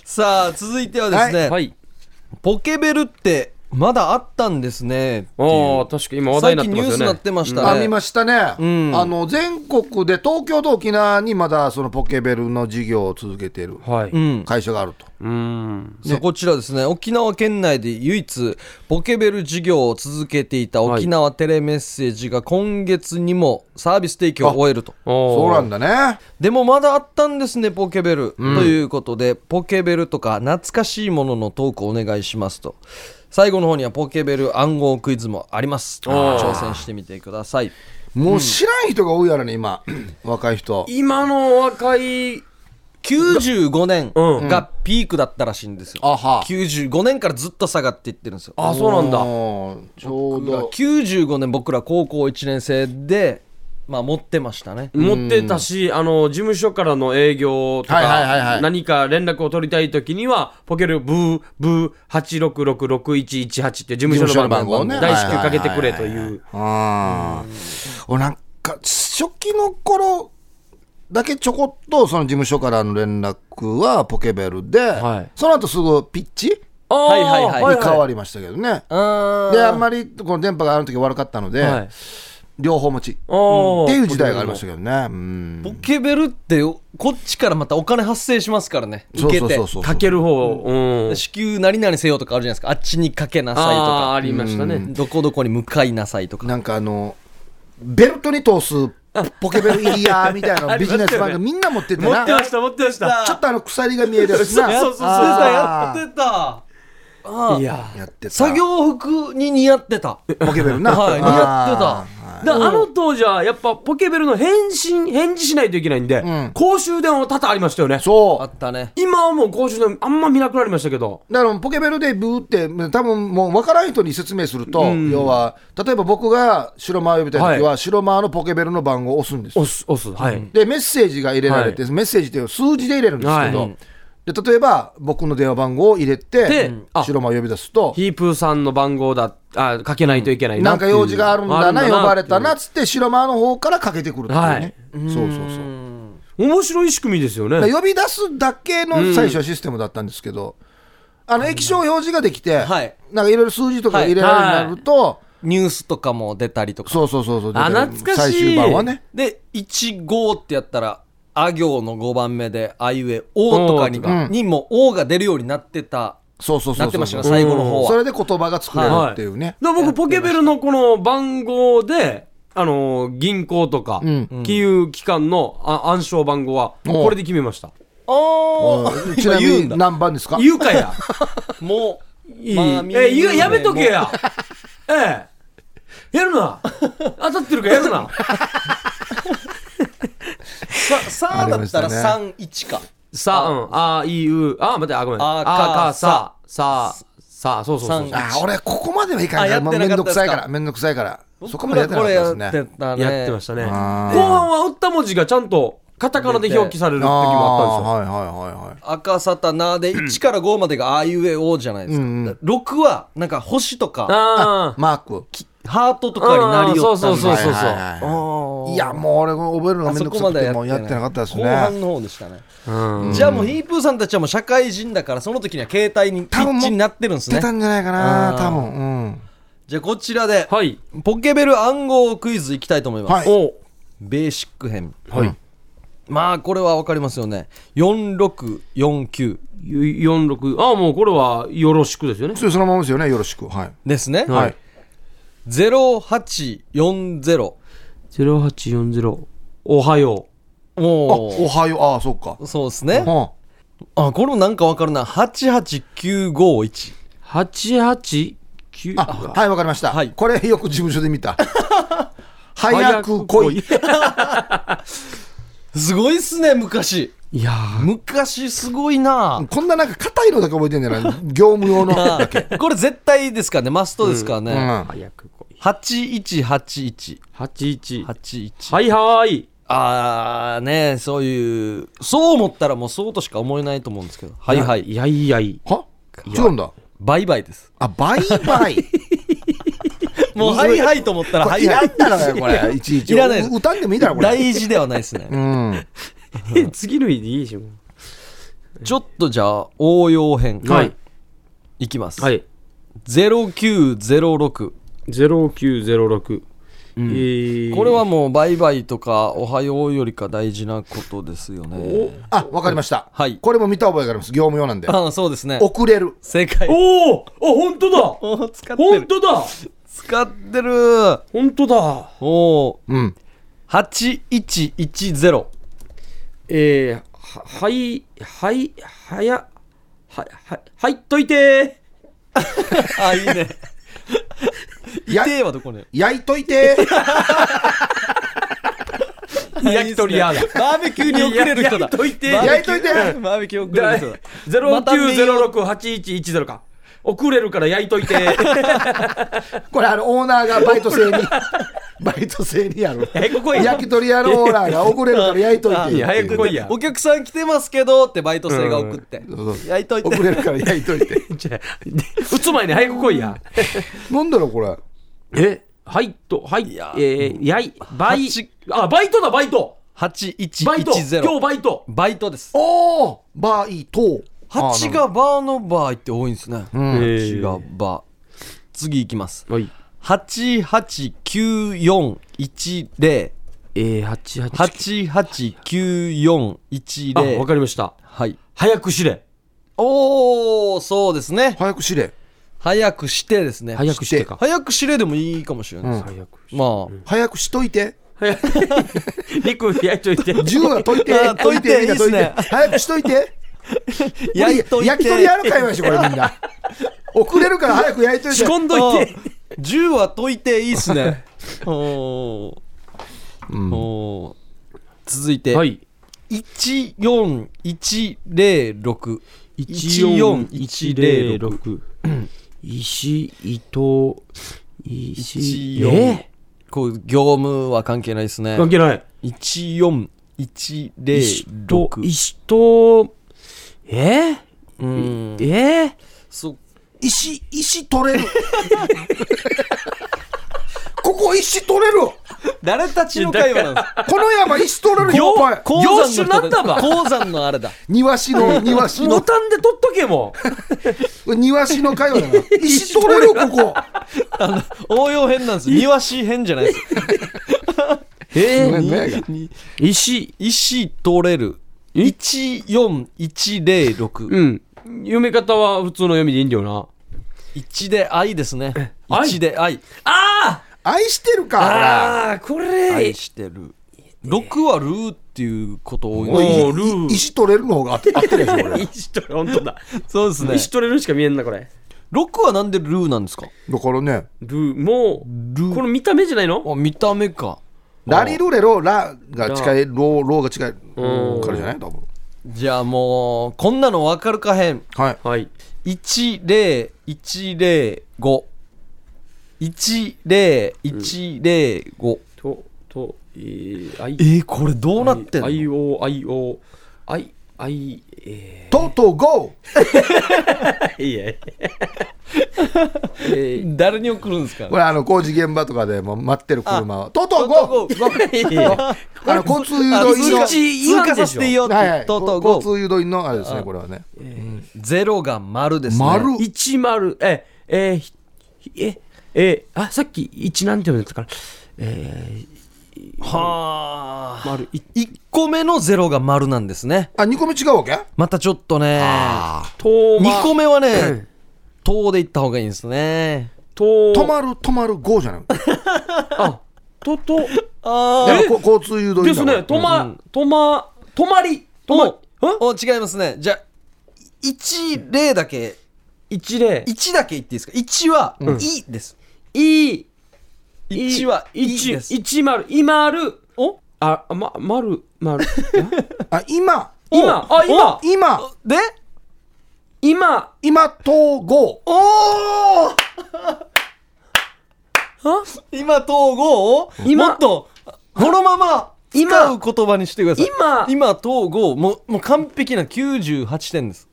[SPEAKER 1] さあ続いてはですね、
[SPEAKER 2] やはい。
[SPEAKER 1] ポケベルってまだあったんですね
[SPEAKER 2] おー、確かに今話題
[SPEAKER 1] 最近
[SPEAKER 2] になって
[SPEAKER 1] ニ
[SPEAKER 2] ま
[SPEAKER 1] ュース
[SPEAKER 2] す
[SPEAKER 1] にな
[SPEAKER 2] よ
[SPEAKER 1] っ
[SPEAKER 2] ね。
[SPEAKER 1] てましたね、
[SPEAKER 3] あ見ましたね、
[SPEAKER 1] ん。
[SPEAKER 3] あの全国で東京と沖縄にまだそのポケベルの事業を続けている
[SPEAKER 2] はいう
[SPEAKER 1] ん
[SPEAKER 3] 会社があると、
[SPEAKER 2] うーん。
[SPEAKER 1] そうこちらですね沖縄県内で唯一ポケベル事業を続けていた沖縄テレメッセージが今月にもサービス提供を終えると
[SPEAKER 2] そ
[SPEAKER 3] そうなんだね
[SPEAKER 1] でもまだあったんですねポケベル、ということでポケベルとか懐かしいもののトークお願いしますと最後の方にはポケベル暗号クイズもあります
[SPEAKER 2] ー
[SPEAKER 1] 挑戦してみてください
[SPEAKER 3] もう知らん人が多いやろね 今若い人
[SPEAKER 2] 今の若い、
[SPEAKER 1] 95年
[SPEAKER 2] うん
[SPEAKER 1] がピークだったらしいんですよ、
[SPEAKER 3] あは
[SPEAKER 1] 95年からずっと下がっていってるんですよ
[SPEAKER 2] あ、そうなんだ。
[SPEAKER 3] おーちょうど
[SPEAKER 1] 95年僕ら高校1年生でまあ持ってましたね
[SPEAKER 2] 持ってたし、あの、事務所からの営業と
[SPEAKER 3] はいはいはいは
[SPEAKER 2] か
[SPEAKER 3] い、
[SPEAKER 2] 何か連絡を取りたいときには、ポケルブーブー8666118っていう事務所の番号、
[SPEAKER 3] 事務所の番号ね
[SPEAKER 2] 大至急かけてくれという。
[SPEAKER 3] あー俺なんか初期の頃だけちょこっとその事務所からの連絡はポケベルで、
[SPEAKER 2] はい
[SPEAKER 3] その後すぐピッチ
[SPEAKER 2] あー
[SPEAKER 1] はいはいはい
[SPEAKER 3] に変わりましたけどね、
[SPEAKER 1] あ
[SPEAKER 3] であんまりこの電波があの時悪かったので、
[SPEAKER 2] はい
[SPEAKER 3] 両方持ちって
[SPEAKER 2] おー
[SPEAKER 3] いう時代がありましたけどね、うん、
[SPEAKER 1] ポケベルってこっちからまたお金発生しますからね受
[SPEAKER 3] そう
[SPEAKER 1] けて
[SPEAKER 3] そうそうそう
[SPEAKER 2] かける方、うん。
[SPEAKER 1] 支給何々せよとかあるじゃないですかあっちにかけなさいと
[SPEAKER 2] ああー、あ
[SPEAKER 1] か
[SPEAKER 2] りましたね。
[SPEAKER 1] どこどこに向かいなさいとか
[SPEAKER 3] なんかあのベルトに通すポケベルイヤー みたいなビジネス番組みんな持ってて
[SPEAKER 2] 持って
[SPEAKER 3] な
[SPEAKER 2] ま
[SPEAKER 3] ち
[SPEAKER 2] した持ってました
[SPEAKER 3] ょっとあの鎖が見えるやつ
[SPEAKER 2] そ
[SPEAKER 3] な
[SPEAKER 2] うそうそう
[SPEAKER 1] や
[SPEAKER 3] あ
[SPEAKER 1] っ
[SPEAKER 3] ー
[SPEAKER 1] てたやってたあー
[SPEAKER 2] いや
[SPEAKER 3] やってた
[SPEAKER 1] 作業服に似合ってた
[SPEAKER 3] ポケベルな
[SPEAKER 1] はい似合
[SPEAKER 3] あ
[SPEAKER 1] ってた
[SPEAKER 3] ー
[SPEAKER 2] だあの当時はやっぱポケベルの返信返事しないといけないんで、
[SPEAKER 3] ん
[SPEAKER 2] 公衆電話も多々ありましたよね
[SPEAKER 1] あ
[SPEAKER 3] そ
[SPEAKER 1] ったね
[SPEAKER 2] 今はもう公衆電話あんま見なくなりましたけど
[SPEAKER 3] うだからポケベルでブーって多分もう分からん人に説明すると、
[SPEAKER 2] ん
[SPEAKER 3] 要は例えば僕が白間を呼びたい時は、
[SPEAKER 2] は
[SPEAKER 3] 白間のポケベルの番号を押すんですよ
[SPEAKER 2] 押す押すはい、
[SPEAKER 3] でメッセージが入れられて、メッセージっていう数字で入れるんですけど、
[SPEAKER 2] は
[SPEAKER 3] で例えば僕の電話番号を入れ
[SPEAKER 2] で
[SPEAKER 3] て
[SPEAKER 2] あ
[SPEAKER 3] 白間を呼び出すと
[SPEAKER 2] ヒープーさんの番号だあかけないといけないな
[SPEAKER 3] な
[SPEAKER 2] っ
[SPEAKER 3] ん
[SPEAKER 2] て
[SPEAKER 3] か
[SPEAKER 2] いう
[SPEAKER 3] 用事があるんだな呼ばれた
[SPEAKER 2] あ
[SPEAKER 3] なっつって白間の方からかけてくるっていうね、そうそうそう
[SPEAKER 2] るんだなっていう面白い仕組みですよね
[SPEAKER 3] だから呼び出すだけの最初はシステムだったんですけど、あの液晶表示ができて、
[SPEAKER 1] はい
[SPEAKER 3] なんかいろいろ数字とか入れられるようになると、
[SPEAKER 1] ニュースとかも出たりとか
[SPEAKER 3] そうそうそうそう
[SPEAKER 2] あ懐かしい
[SPEAKER 3] 最終版はね
[SPEAKER 1] で1号ってやったらあ行の5番目であいうえおとかに
[SPEAKER 2] お
[SPEAKER 3] か
[SPEAKER 1] にも「お」が出るようになってた
[SPEAKER 3] そうそうそうそう
[SPEAKER 1] なってましたね最後の方
[SPEAKER 3] そ
[SPEAKER 1] は
[SPEAKER 3] れで言葉が作れるっていうね、
[SPEAKER 2] だから僕ポケベルのこの番号であのー銀行とか
[SPEAKER 3] うん
[SPEAKER 2] 金融機関のあ暗証番号は
[SPEAKER 3] おう
[SPEAKER 2] これで決めました
[SPEAKER 1] あ
[SPEAKER 3] うん
[SPEAKER 1] あ
[SPEAKER 3] ちなみ
[SPEAKER 1] 言うん
[SPEAKER 3] に
[SPEAKER 1] だ
[SPEAKER 3] 何番ですか
[SPEAKER 2] 言うか や
[SPEAKER 1] もう
[SPEAKER 2] いい、
[SPEAKER 1] まあ
[SPEAKER 2] え
[SPEAKER 1] みんなね
[SPEAKER 2] 言うやめとけや ええやるな当たってるからやるな
[SPEAKER 1] ささあだったら
[SPEAKER 3] ありました
[SPEAKER 1] 31か
[SPEAKER 2] さあ、うん、あいうあ待ってあごめん
[SPEAKER 1] あかか
[SPEAKER 2] さささそうそうそうそう
[SPEAKER 1] さん
[SPEAKER 3] あ俺ここまではいかな
[SPEAKER 1] あ
[SPEAKER 3] い
[SPEAKER 1] やって
[SPEAKER 3] もう
[SPEAKER 1] な
[SPEAKER 3] めん
[SPEAKER 1] か
[SPEAKER 3] ど
[SPEAKER 1] ったで
[SPEAKER 3] く
[SPEAKER 1] すか
[SPEAKER 3] さいからめんどくさいからそこまでやって
[SPEAKER 1] 僕
[SPEAKER 3] な
[SPEAKER 1] ら
[SPEAKER 3] か
[SPEAKER 1] こ
[SPEAKER 3] っ
[SPEAKER 1] れやっ
[SPEAKER 3] たですね
[SPEAKER 1] てたね
[SPEAKER 2] やってましたね後
[SPEAKER 3] あー
[SPEAKER 2] 半は打った文字がちゃんとカタカナで表記される時もあったんですよ
[SPEAKER 3] あーはいはいはいはい
[SPEAKER 1] 赤さたなで1から5までがあいうえおじゃないですか、
[SPEAKER 3] うんうん
[SPEAKER 1] 6はなんか星とか
[SPEAKER 2] あ
[SPEAKER 3] マーク
[SPEAKER 1] ハートとかになりよったん
[SPEAKER 2] あーそうそうそう
[SPEAKER 3] はいはいはい
[SPEAKER 1] い
[SPEAKER 3] いやもう俺が覚えるのがめんどくさくてもうやってなかったです
[SPEAKER 1] 後半
[SPEAKER 3] ね
[SPEAKER 1] の方でしたね、
[SPEAKER 2] あ
[SPEAKER 1] じゃあもうヒープーさんたちはもう社会人だからその時には携帯にピ
[SPEAKER 3] 多分
[SPEAKER 1] ッ
[SPEAKER 3] も
[SPEAKER 1] チになってるんです
[SPEAKER 3] 出
[SPEAKER 1] ね
[SPEAKER 3] たんじゃないか
[SPEAKER 1] あ
[SPEAKER 3] な
[SPEAKER 1] ー
[SPEAKER 3] 多分うん
[SPEAKER 1] じゃあこちらで、
[SPEAKER 2] はい
[SPEAKER 1] ポケベル暗号クイズいきたいと思います、
[SPEAKER 3] はい
[SPEAKER 2] お
[SPEAKER 1] ベーシック編
[SPEAKER 3] はい
[SPEAKER 1] まあこれは分かりますよね4649
[SPEAKER 2] 46ああもうこれはよろしくですよね
[SPEAKER 3] それそのままですよねよろしくはい
[SPEAKER 1] ですね、
[SPEAKER 3] はい
[SPEAKER 1] 0840
[SPEAKER 2] 0840おはよ
[SPEAKER 3] あ
[SPEAKER 1] も
[SPEAKER 3] おはようああそうか
[SPEAKER 1] うそうですね
[SPEAKER 3] は
[SPEAKER 1] あこれもなんかわかるな88951
[SPEAKER 2] う889
[SPEAKER 3] ああはいわかりました
[SPEAKER 1] はい
[SPEAKER 3] これよく事務所で見た 早く来い
[SPEAKER 1] すごいっすね昔
[SPEAKER 2] いやー
[SPEAKER 1] 昔すごいな
[SPEAKER 3] こんななんか硬いのだけ覚えてんじゃない業務用のだけ
[SPEAKER 1] これ絶対ですからねマストですからね、
[SPEAKER 3] うん
[SPEAKER 2] 早く来い
[SPEAKER 1] 818181
[SPEAKER 2] 81はいはーい
[SPEAKER 1] あーねそういうそう思ったらもうそうとしか思えないと思うんですけどはいはい
[SPEAKER 2] いやいやい
[SPEAKER 3] は違うんだ
[SPEAKER 1] バイバイです
[SPEAKER 3] あバイバ イ
[SPEAKER 1] もうはいはいと思ったら
[SPEAKER 3] こ
[SPEAKER 1] は
[SPEAKER 3] れ
[SPEAKER 1] い
[SPEAKER 3] いら
[SPEAKER 1] は
[SPEAKER 3] ん
[SPEAKER 1] い
[SPEAKER 3] だろうよこれいちいち
[SPEAKER 1] いらないです
[SPEAKER 3] う歌んでもいいだろこれ
[SPEAKER 1] 大事ではないですね
[SPEAKER 3] うん
[SPEAKER 2] え 次の日でいいしも
[SPEAKER 1] ちょっとじゃあ応用編
[SPEAKER 2] うはい
[SPEAKER 1] いきます、
[SPEAKER 2] はい
[SPEAKER 1] 0906
[SPEAKER 2] 0906えー
[SPEAKER 1] これはもうバイバイとかおはようよりか大事なことですよね
[SPEAKER 3] あわかりました
[SPEAKER 1] はい
[SPEAKER 3] これも見た覚えがあります業務用なんで
[SPEAKER 1] あそうですね
[SPEAKER 3] 遅れる
[SPEAKER 1] 正解
[SPEAKER 2] おおあ本当だ
[SPEAKER 1] おー使って
[SPEAKER 2] 本
[SPEAKER 1] る
[SPEAKER 2] 当だ
[SPEAKER 1] 使ってる
[SPEAKER 2] 本当だ
[SPEAKER 1] おお
[SPEAKER 3] うん
[SPEAKER 1] 8110
[SPEAKER 2] えー、は、はい、はい、はや、は、は、はいっといて
[SPEAKER 1] あ いいね
[SPEAKER 3] や
[SPEAKER 1] 手はどこに
[SPEAKER 3] 焼いと いて
[SPEAKER 2] 焼き鳥屋だ
[SPEAKER 1] いいっすねバーベキューに遅れる人だ
[SPEAKER 2] や焼いといて
[SPEAKER 1] バーベキューバーベキュー
[SPEAKER 3] 焼いとい
[SPEAKER 1] 遅れる人だまた見よう
[SPEAKER 2] 09068110か。遅れるから焼いといて
[SPEAKER 3] これあのオーナーがバイト制に バイト制にやる
[SPEAKER 2] え、ここや。
[SPEAKER 3] 焼き鳥屋のオーナーが遅れるから焼いといて
[SPEAKER 1] あ
[SPEAKER 3] っていう
[SPEAKER 2] 早く来いや。
[SPEAKER 1] お客さん来てますけどってバイト生が送って
[SPEAKER 3] そうそう
[SPEAKER 1] 焼いといて
[SPEAKER 3] 遅れるから焼いと いて
[SPEAKER 2] じゃあで打つ前に早く来いや。
[SPEAKER 3] なんだろうこれ
[SPEAKER 2] え、はいと、はい、
[SPEAKER 1] や
[SPEAKER 2] えー、やい、バイ
[SPEAKER 1] 八、
[SPEAKER 2] あ、バイトだ、バイトバイト今日
[SPEAKER 1] 8110
[SPEAKER 2] バイト
[SPEAKER 1] バイトです
[SPEAKER 3] おおバイト
[SPEAKER 1] 8がバーの場合って多いんですね
[SPEAKER 3] ん
[SPEAKER 1] 8がバー次いきます
[SPEAKER 2] はい。
[SPEAKER 1] 889410
[SPEAKER 2] えー、88。あ、わ
[SPEAKER 1] 889410
[SPEAKER 2] かりました。
[SPEAKER 1] はい
[SPEAKER 2] 早く知れ。
[SPEAKER 1] おーそうですね
[SPEAKER 3] 早く知れ
[SPEAKER 1] 早くしてですね
[SPEAKER 2] 早く知れか。
[SPEAKER 1] 早く知れでもいいかもしれないです、
[SPEAKER 2] 早く知れ
[SPEAKER 1] まあ
[SPEAKER 3] 早くしといて
[SPEAKER 2] リク、やっちょいて。
[SPEAKER 3] 銃は解いて
[SPEAKER 1] あ、解いて
[SPEAKER 3] みんない
[SPEAKER 1] いっすね
[SPEAKER 3] 解いて早くしとい て。
[SPEAKER 1] 焼いといて
[SPEAKER 3] 焼き鳥やる会話でしょ、これみ んな。遅れるから早く焼いとい
[SPEAKER 2] 仕
[SPEAKER 3] て。
[SPEAKER 2] 込んどいて。
[SPEAKER 1] うん銃は解いていいっすね おーおー続いて、
[SPEAKER 2] はい。
[SPEAKER 1] 14106
[SPEAKER 2] 14106。石、伊藤、石、
[SPEAKER 1] 14
[SPEAKER 2] え
[SPEAKER 1] こう業務は関係ないですね
[SPEAKER 2] 関係ない。石と、
[SPEAKER 1] 14106
[SPEAKER 2] 石と、え
[SPEAKER 1] うん
[SPEAKER 2] え
[SPEAKER 1] そ
[SPEAKER 3] 石、石取 れる。ここ石取れる。
[SPEAKER 1] 誰たちの会話なんですか
[SPEAKER 3] この山石取れるよ、いっぱい。
[SPEAKER 1] 鉱
[SPEAKER 2] 業種なんだわ
[SPEAKER 1] 鉱山のあれだ
[SPEAKER 3] 庭師の、庭師
[SPEAKER 2] ボ
[SPEAKER 3] の、
[SPEAKER 2] タンで取っとけもう。
[SPEAKER 3] 庭師の会話だな。石取れる、ここ。
[SPEAKER 1] あの 応用編なんです庭師編じゃないです
[SPEAKER 2] え
[SPEAKER 3] 何やが
[SPEAKER 2] 石、
[SPEAKER 1] 石取れる14106
[SPEAKER 2] うん。読み方は普通の読みでいいんだよな。
[SPEAKER 1] 一で愛ですね
[SPEAKER 2] 愛
[SPEAKER 1] 一で愛
[SPEAKER 2] あ
[SPEAKER 3] 愛してるか、
[SPEAKER 2] あ
[SPEAKER 3] ほら。
[SPEAKER 2] ああこれ
[SPEAKER 1] 愛してる6はルーっていうこと多い
[SPEAKER 2] お
[SPEAKER 1] ね
[SPEAKER 2] ールー
[SPEAKER 3] い石取れるの方が合って合ってるでしょ、 これ。
[SPEAKER 2] 石取れ、本当だ。
[SPEAKER 1] そうですね
[SPEAKER 2] 石取れるしか見えんな、これ。
[SPEAKER 1] 6はなんでルーなんですか
[SPEAKER 3] だからね、
[SPEAKER 2] ルー、もう、この見た目じゃないの
[SPEAKER 1] あ見た目か
[SPEAKER 3] ラリルレロ、ラが近い、ロー、ローが近いからじゃない多分。
[SPEAKER 1] じゃあもうこんなの分かるかへん
[SPEAKER 3] はい。
[SPEAKER 2] はい。
[SPEAKER 1] 10105 10105
[SPEAKER 2] と、と、えー、あい
[SPEAKER 1] え、ー、これどうなってんの
[SPEAKER 2] あいお、あいお、あい、あい、え
[SPEAKER 3] とうとうゴ
[SPEAKER 2] ー、いやいえ
[SPEAKER 1] 誰に送るんですか
[SPEAKER 3] ーこれあの工事現場とかでも待ってる車は。とうとうゴ
[SPEAKER 1] ト
[SPEAKER 3] ー
[SPEAKER 1] トゴ
[SPEAKER 2] いやいや
[SPEAKER 3] あの交通誘
[SPEAKER 1] あ
[SPEAKER 3] 導員の
[SPEAKER 1] 通知言わんでしょ通過させていいよって
[SPEAKER 3] はいはい
[SPEAKER 1] トト
[SPEAKER 3] 交
[SPEAKER 1] ゴ
[SPEAKER 3] 通誘導員のあれですね、これはね。
[SPEAKER 1] ゼロが丸ですね
[SPEAKER 3] 丸
[SPEAKER 2] 一丸、え、えー、ひえ、えー、あ、さっき一なんて読んでたかな。え
[SPEAKER 1] は
[SPEAKER 2] ー、
[SPEAKER 1] あ
[SPEAKER 2] 丸一
[SPEAKER 1] 1個目のゼロが丸なんですね
[SPEAKER 3] あ、2個目違うわけ
[SPEAKER 1] またちょっとね
[SPEAKER 2] とま、
[SPEAKER 1] 2個目は
[SPEAKER 2] うん
[SPEAKER 1] ね遠で行った方がいいんですね
[SPEAKER 2] と、
[SPEAKER 3] 止まる、止まる、ゴーじゃない。
[SPEAKER 2] あ、とと、
[SPEAKER 1] あ
[SPEAKER 3] だからこ交通誘導
[SPEAKER 2] で
[SPEAKER 3] 員
[SPEAKER 2] す
[SPEAKER 3] だ
[SPEAKER 2] ね
[SPEAKER 3] から。、
[SPEAKER 2] とま、とま、とまり、とま、ん
[SPEAKER 1] お違いますねじゃあ10だけ
[SPEAKER 2] 一例。
[SPEAKER 1] 1だけ言っていいですか1は「い」です
[SPEAKER 2] いい、
[SPEAKER 1] 1は「い」
[SPEAKER 2] 一
[SPEAKER 1] です
[SPEAKER 2] 一丸、いまる、
[SPEAKER 1] お
[SPEAKER 2] あ、ま、まる、ま る。
[SPEAKER 3] あ、今、
[SPEAKER 2] 今、あ、今、
[SPEAKER 3] 今、
[SPEAKER 1] で
[SPEAKER 2] 今、
[SPEAKER 3] 今、とうゴ
[SPEAKER 1] おお今統合を
[SPEAKER 2] 今
[SPEAKER 1] もっとこのまま使う言葉にしてください
[SPEAKER 2] 今
[SPEAKER 1] 今統合もうもう完璧な98点です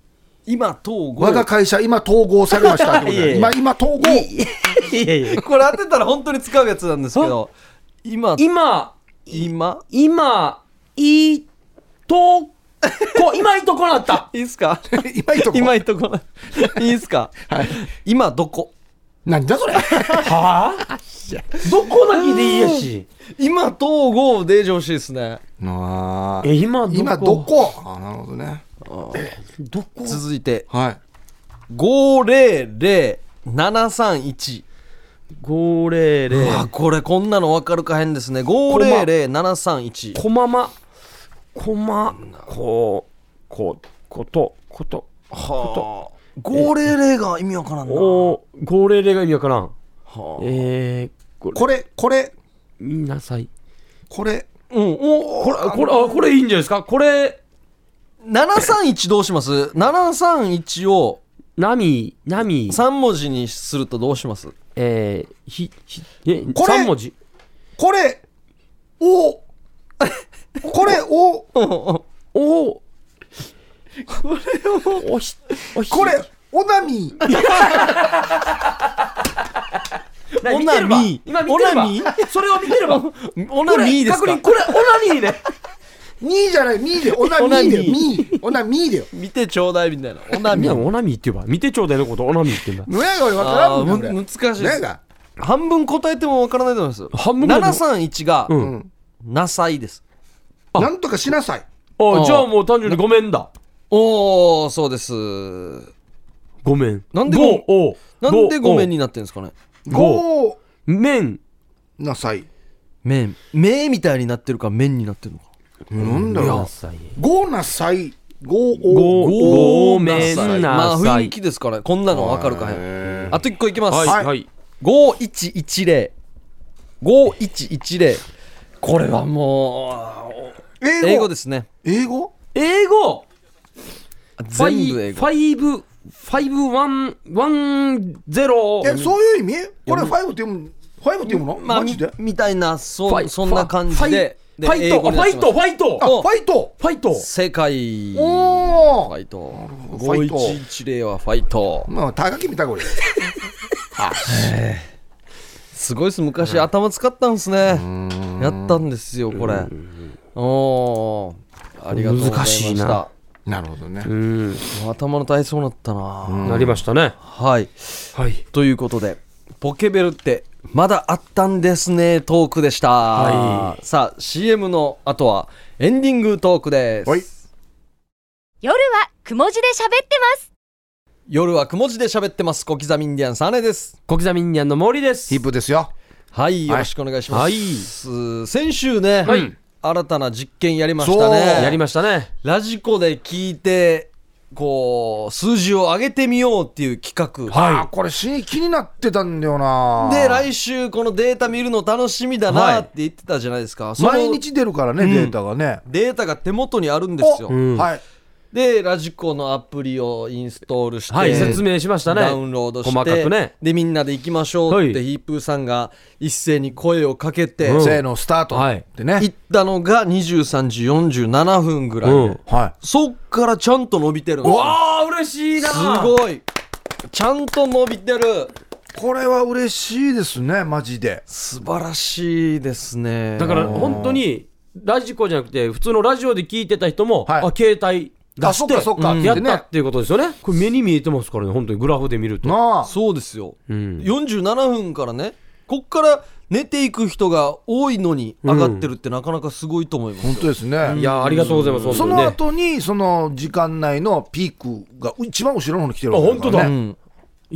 [SPEAKER 1] 今統
[SPEAKER 3] ー。
[SPEAKER 1] 合
[SPEAKER 3] 我が会社、今統合されましたってことだよ。
[SPEAKER 2] いやいや
[SPEAKER 3] 今、今統合。
[SPEAKER 2] いやいやいや
[SPEAKER 1] これ当てたら本当に使うやつなんですけ ど今
[SPEAKER 2] 今、
[SPEAKER 1] 今
[SPEAKER 2] 今、いいと、こ、今いいとこなった。
[SPEAKER 1] いいっすか
[SPEAKER 3] 今いいとこ。
[SPEAKER 1] 今いいとこないいっすか
[SPEAKER 3] はい。
[SPEAKER 1] 今どこ
[SPEAKER 3] なんだ それ。
[SPEAKER 2] はあどこだけでいいやし。
[SPEAKER 1] 今統合で上司ですね
[SPEAKER 3] あー
[SPEAKER 2] え、今どこ
[SPEAKER 3] 今、どこあ、なるほどね。
[SPEAKER 2] どこ
[SPEAKER 1] 続いて
[SPEAKER 3] はい。
[SPEAKER 1] 500731
[SPEAKER 2] ?500。
[SPEAKER 1] あこれこんなの分かるかへんですね500731
[SPEAKER 2] こまま、こま、こ、こ、こと、こと、
[SPEAKER 1] はあ500が意味わからんな
[SPEAKER 2] おー、500が意味わからん。
[SPEAKER 1] はあ
[SPEAKER 2] えー、これ、
[SPEAKER 3] これ、これ、
[SPEAKER 2] 見なさい。
[SPEAKER 3] これ。
[SPEAKER 1] うんお
[SPEAKER 2] これ、これ、あ、これいいんじゃないですかこれ、
[SPEAKER 1] 731どうします ?731 を
[SPEAKER 2] なみ、なみ、
[SPEAKER 1] 3文字にするとどうします
[SPEAKER 2] えー、ひ、ひ、え、
[SPEAKER 3] これ
[SPEAKER 2] 3文字。
[SPEAKER 3] これお これお
[SPEAKER 2] おおこれをおひおひ
[SPEAKER 3] これおなみ
[SPEAKER 2] な見てれば
[SPEAKER 1] オナニー
[SPEAKER 2] 今見てれば
[SPEAKER 1] オナニ
[SPEAKER 2] それを見てればこ
[SPEAKER 1] オナミー
[SPEAKER 2] れ
[SPEAKER 1] です
[SPEAKER 2] 確
[SPEAKER 1] か
[SPEAKER 2] 認これオナニーね
[SPEAKER 3] みじゃないみでおなみだよみおなみだよ
[SPEAKER 1] 見てちょうだいみたいなオナ
[SPEAKER 2] い
[SPEAKER 1] ミ
[SPEAKER 2] や
[SPEAKER 1] ー
[SPEAKER 2] オナミーって言えば見てちょうだいのことオナミーって言うんだ
[SPEAKER 3] むやが俺わから
[SPEAKER 1] あ
[SPEAKER 3] んもんね
[SPEAKER 1] ー
[SPEAKER 3] 俺
[SPEAKER 1] む難しいで
[SPEAKER 3] ね
[SPEAKER 1] す
[SPEAKER 3] えが
[SPEAKER 1] 半分答えてもわからないと思います
[SPEAKER 2] 半分ぐらいでも
[SPEAKER 1] 731が
[SPEAKER 2] うん
[SPEAKER 3] うん
[SPEAKER 1] なさいです
[SPEAKER 3] なんとかしなさい
[SPEAKER 2] あ
[SPEAKER 1] あ
[SPEAKER 2] あじゃあもう単純にごめんだ
[SPEAKER 1] おおそうです
[SPEAKER 2] ごめん
[SPEAKER 1] なんで
[SPEAKER 2] ごおう
[SPEAKER 1] なんでごめん
[SPEAKER 2] に
[SPEAKER 1] になってんですかね
[SPEAKER 3] ご
[SPEAKER 2] めん
[SPEAKER 3] なさい
[SPEAKER 1] 麺目みたいになってるか麺になってるのか
[SPEAKER 3] なんだろう
[SPEAKER 2] さい。
[SPEAKER 3] ごーなさいごー
[SPEAKER 2] ご
[SPEAKER 3] お
[SPEAKER 2] ごめんなさい
[SPEAKER 1] まあ雰囲気ですからこんなの分かるか
[SPEAKER 3] へ
[SPEAKER 1] いあと1個いきます、
[SPEAKER 2] はい、
[SPEAKER 3] はい
[SPEAKER 2] はい。
[SPEAKER 1] 5110 5110これはもう英語ですすね
[SPEAKER 3] 英語
[SPEAKER 2] 英語
[SPEAKER 1] 全部英
[SPEAKER 2] フ
[SPEAKER 1] 語
[SPEAKER 2] ァイブ、ファイブ、ワン、ワン、ゼロ。
[SPEAKER 3] えそういう意味これファイブって読むファイブって読むの
[SPEAKER 1] まあ
[SPEAKER 3] マジで
[SPEAKER 1] みたいな
[SPEAKER 2] フ
[SPEAKER 1] そ
[SPEAKER 2] ァ
[SPEAKER 1] う
[SPEAKER 2] イ
[SPEAKER 1] そんな感じで
[SPEAKER 2] ファイ
[SPEAKER 1] で
[SPEAKER 2] ファイ
[SPEAKER 1] 英
[SPEAKER 2] ト、
[SPEAKER 1] 語
[SPEAKER 2] フ
[SPEAKER 1] のや
[SPEAKER 2] ァ
[SPEAKER 1] つ
[SPEAKER 2] イト、ファイト
[SPEAKER 3] あ。
[SPEAKER 1] お
[SPEAKER 3] ファイト
[SPEAKER 2] ファイト。
[SPEAKER 1] 世界フ
[SPEAKER 3] お
[SPEAKER 1] ァ
[SPEAKER 3] ー
[SPEAKER 1] イト
[SPEAKER 3] どファイト
[SPEAKER 1] 5110はファイト
[SPEAKER 3] まあ高木みた いこれ
[SPEAKER 1] すごいです昔、頭使ったんですねやったんですよこれおおーありがとうございま
[SPEAKER 2] 難しい
[SPEAKER 1] し
[SPEAKER 2] な
[SPEAKER 1] た
[SPEAKER 3] なるほどね
[SPEAKER 2] うん。
[SPEAKER 1] もう頭の体操になったな
[SPEAKER 2] なりましたね。
[SPEAKER 1] はい
[SPEAKER 2] はい。
[SPEAKER 1] ということでポケベルってまだあったんですねトークでした、
[SPEAKER 2] は
[SPEAKER 1] さあ CM の後はエンディングトークです、
[SPEAKER 3] はい
[SPEAKER 4] 夜はくも字で喋ってます
[SPEAKER 1] 夜はくも字で喋ってます小刻みインディアンサネです
[SPEAKER 2] 小刻みインディアンの森です。
[SPEAKER 3] ヒップですよ
[SPEAKER 1] はいよろしくお願いします、
[SPEAKER 2] はい
[SPEAKER 1] す先週ね、
[SPEAKER 2] はい
[SPEAKER 1] 新たな実験やりました
[SPEAKER 3] そう
[SPEAKER 1] ね
[SPEAKER 2] やりましたね。
[SPEAKER 1] ラジコで聞いてこう数字を上げてみようっていう企画、
[SPEAKER 3] あーこれ死に気になってたんだよな
[SPEAKER 1] で来週このデータ見るの楽しみだなって言ってたじゃないですか、その
[SPEAKER 3] 毎日出るからね
[SPEAKER 1] うん
[SPEAKER 3] データがね
[SPEAKER 1] データが手元にあるんですよ、
[SPEAKER 3] お
[SPEAKER 2] ん
[SPEAKER 3] はい
[SPEAKER 1] でラジコのアプリをインストールして、
[SPEAKER 2] はい、説明しましたね。
[SPEAKER 1] ダウンロードして
[SPEAKER 2] 細かくね。
[SPEAKER 1] でみんなで行きましょうって、
[SPEAKER 2] はい
[SPEAKER 1] ヒープーさんが一斉に声をかけて、
[SPEAKER 2] うん
[SPEAKER 1] 行
[SPEAKER 3] せーのスタート
[SPEAKER 2] はい
[SPEAKER 3] ってね
[SPEAKER 1] ったのが23時47分ぐらい、
[SPEAKER 2] うん。
[SPEAKER 3] は
[SPEAKER 1] そっからちゃんと伸びてるんですよ
[SPEAKER 2] わあ、嬉しいな。
[SPEAKER 1] すごいちゃんと伸びてる
[SPEAKER 3] いこれは嬉しいですねマジで
[SPEAKER 1] 素晴らしいですね
[SPEAKER 2] だから本当にラジコじゃなくて普通のラジオで聞いてた人も、
[SPEAKER 3] はい
[SPEAKER 2] あ携帯出
[SPEAKER 3] あ
[SPEAKER 2] し
[SPEAKER 3] そってかそっか
[SPEAKER 2] うん
[SPEAKER 3] って
[SPEAKER 2] やって
[SPEAKER 3] 言っね
[SPEAKER 2] たっていうことですよね。これ目に見えてますからね本当にグラフで見ると。
[SPEAKER 3] なあ
[SPEAKER 1] そうですよ、
[SPEAKER 2] うん
[SPEAKER 1] 47分からねこっから寝ていく人が多いのに上がってるってなかなかすごいと思いますよ、
[SPEAKER 3] 本当ですね
[SPEAKER 2] いやーありがとうございます本当
[SPEAKER 3] そ
[SPEAKER 2] に
[SPEAKER 3] の
[SPEAKER 2] ね。
[SPEAKER 3] 後にその時間内のピークが一番後ろの方に来てるわけ
[SPEAKER 2] あ本当だ
[SPEAKER 3] ね
[SPEAKER 1] うん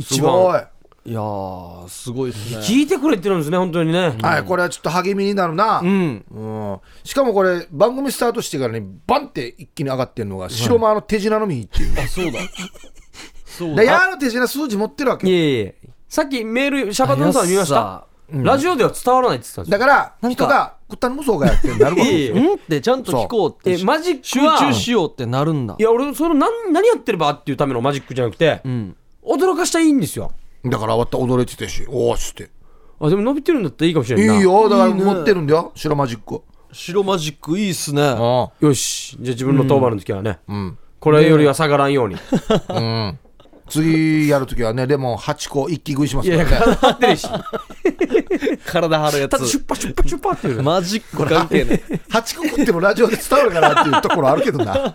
[SPEAKER 3] す
[SPEAKER 2] 一
[SPEAKER 3] ごい
[SPEAKER 2] 番
[SPEAKER 1] いやーすごいですね
[SPEAKER 2] 聞いてくれてるんですね本当にね。
[SPEAKER 3] はいこれはちょっと励みになるな
[SPEAKER 1] うん
[SPEAKER 3] うんしかもこれ番組スタートしてからねバンって一気に上がってるのが白間の手品のみっていう
[SPEAKER 1] あそうだそう
[SPEAKER 3] で
[SPEAKER 1] だ
[SPEAKER 3] やーの手品数字持ってるわけ
[SPEAKER 2] いえいえ。さっきメールシャバトゥンさん見ました
[SPEAKER 1] あ。
[SPEAKER 2] ラジオでは伝わらないって言ってたんです
[SPEAKER 3] だ
[SPEAKER 2] よ。
[SPEAKER 3] から
[SPEAKER 1] なんか
[SPEAKER 3] 人が「こったん無双がや」ってなるわけです
[SPEAKER 2] いえ
[SPEAKER 3] よ
[SPEAKER 1] うんってちゃんと聞こうって
[SPEAKER 2] えマジッ
[SPEAKER 1] 集
[SPEAKER 2] クは
[SPEAKER 1] 中しようってなるんだ
[SPEAKER 2] いや俺その何何やってればっていうためのマジックじゃなくて、
[SPEAKER 1] うん
[SPEAKER 2] 驚かしたらいいんですよ。
[SPEAKER 3] だから終わった踊れてたしおーっつって
[SPEAKER 2] あでも伸びてるんだったらいいかもし
[SPEAKER 3] い
[SPEAKER 2] れ
[SPEAKER 3] い
[SPEAKER 2] ないな。
[SPEAKER 3] よだから持ってるんだよ白マジック
[SPEAKER 1] 白マジックいいっすね
[SPEAKER 3] あ
[SPEAKER 2] よしじゃあ自分の当番の時はね、
[SPEAKER 3] うん
[SPEAKER 2] これよりは下がらんように。
[SPEAKER 3] うん次やるときはねレモン8個一気食いします
[SPEAKER 2] い
[SPEAKER 3] か
[SPEAKER 2] やいや
[SPEAKER 3] らね
[SPEAKER 2] 体張って るし。
[SPEAKER 1] 体張るや
[SPEAKER 2] ただシュ
[SPEAKER 1] つ
[SPEAKER 2] ッパシュッパシュッパっていうね。
[SPEAKER 1] マジック関係ない
[SPEAKER 3] 8個食ってもラジオで伝わるかなっていうところあるけど
[SPEAKER 1] あ
[SPEAKER 3] な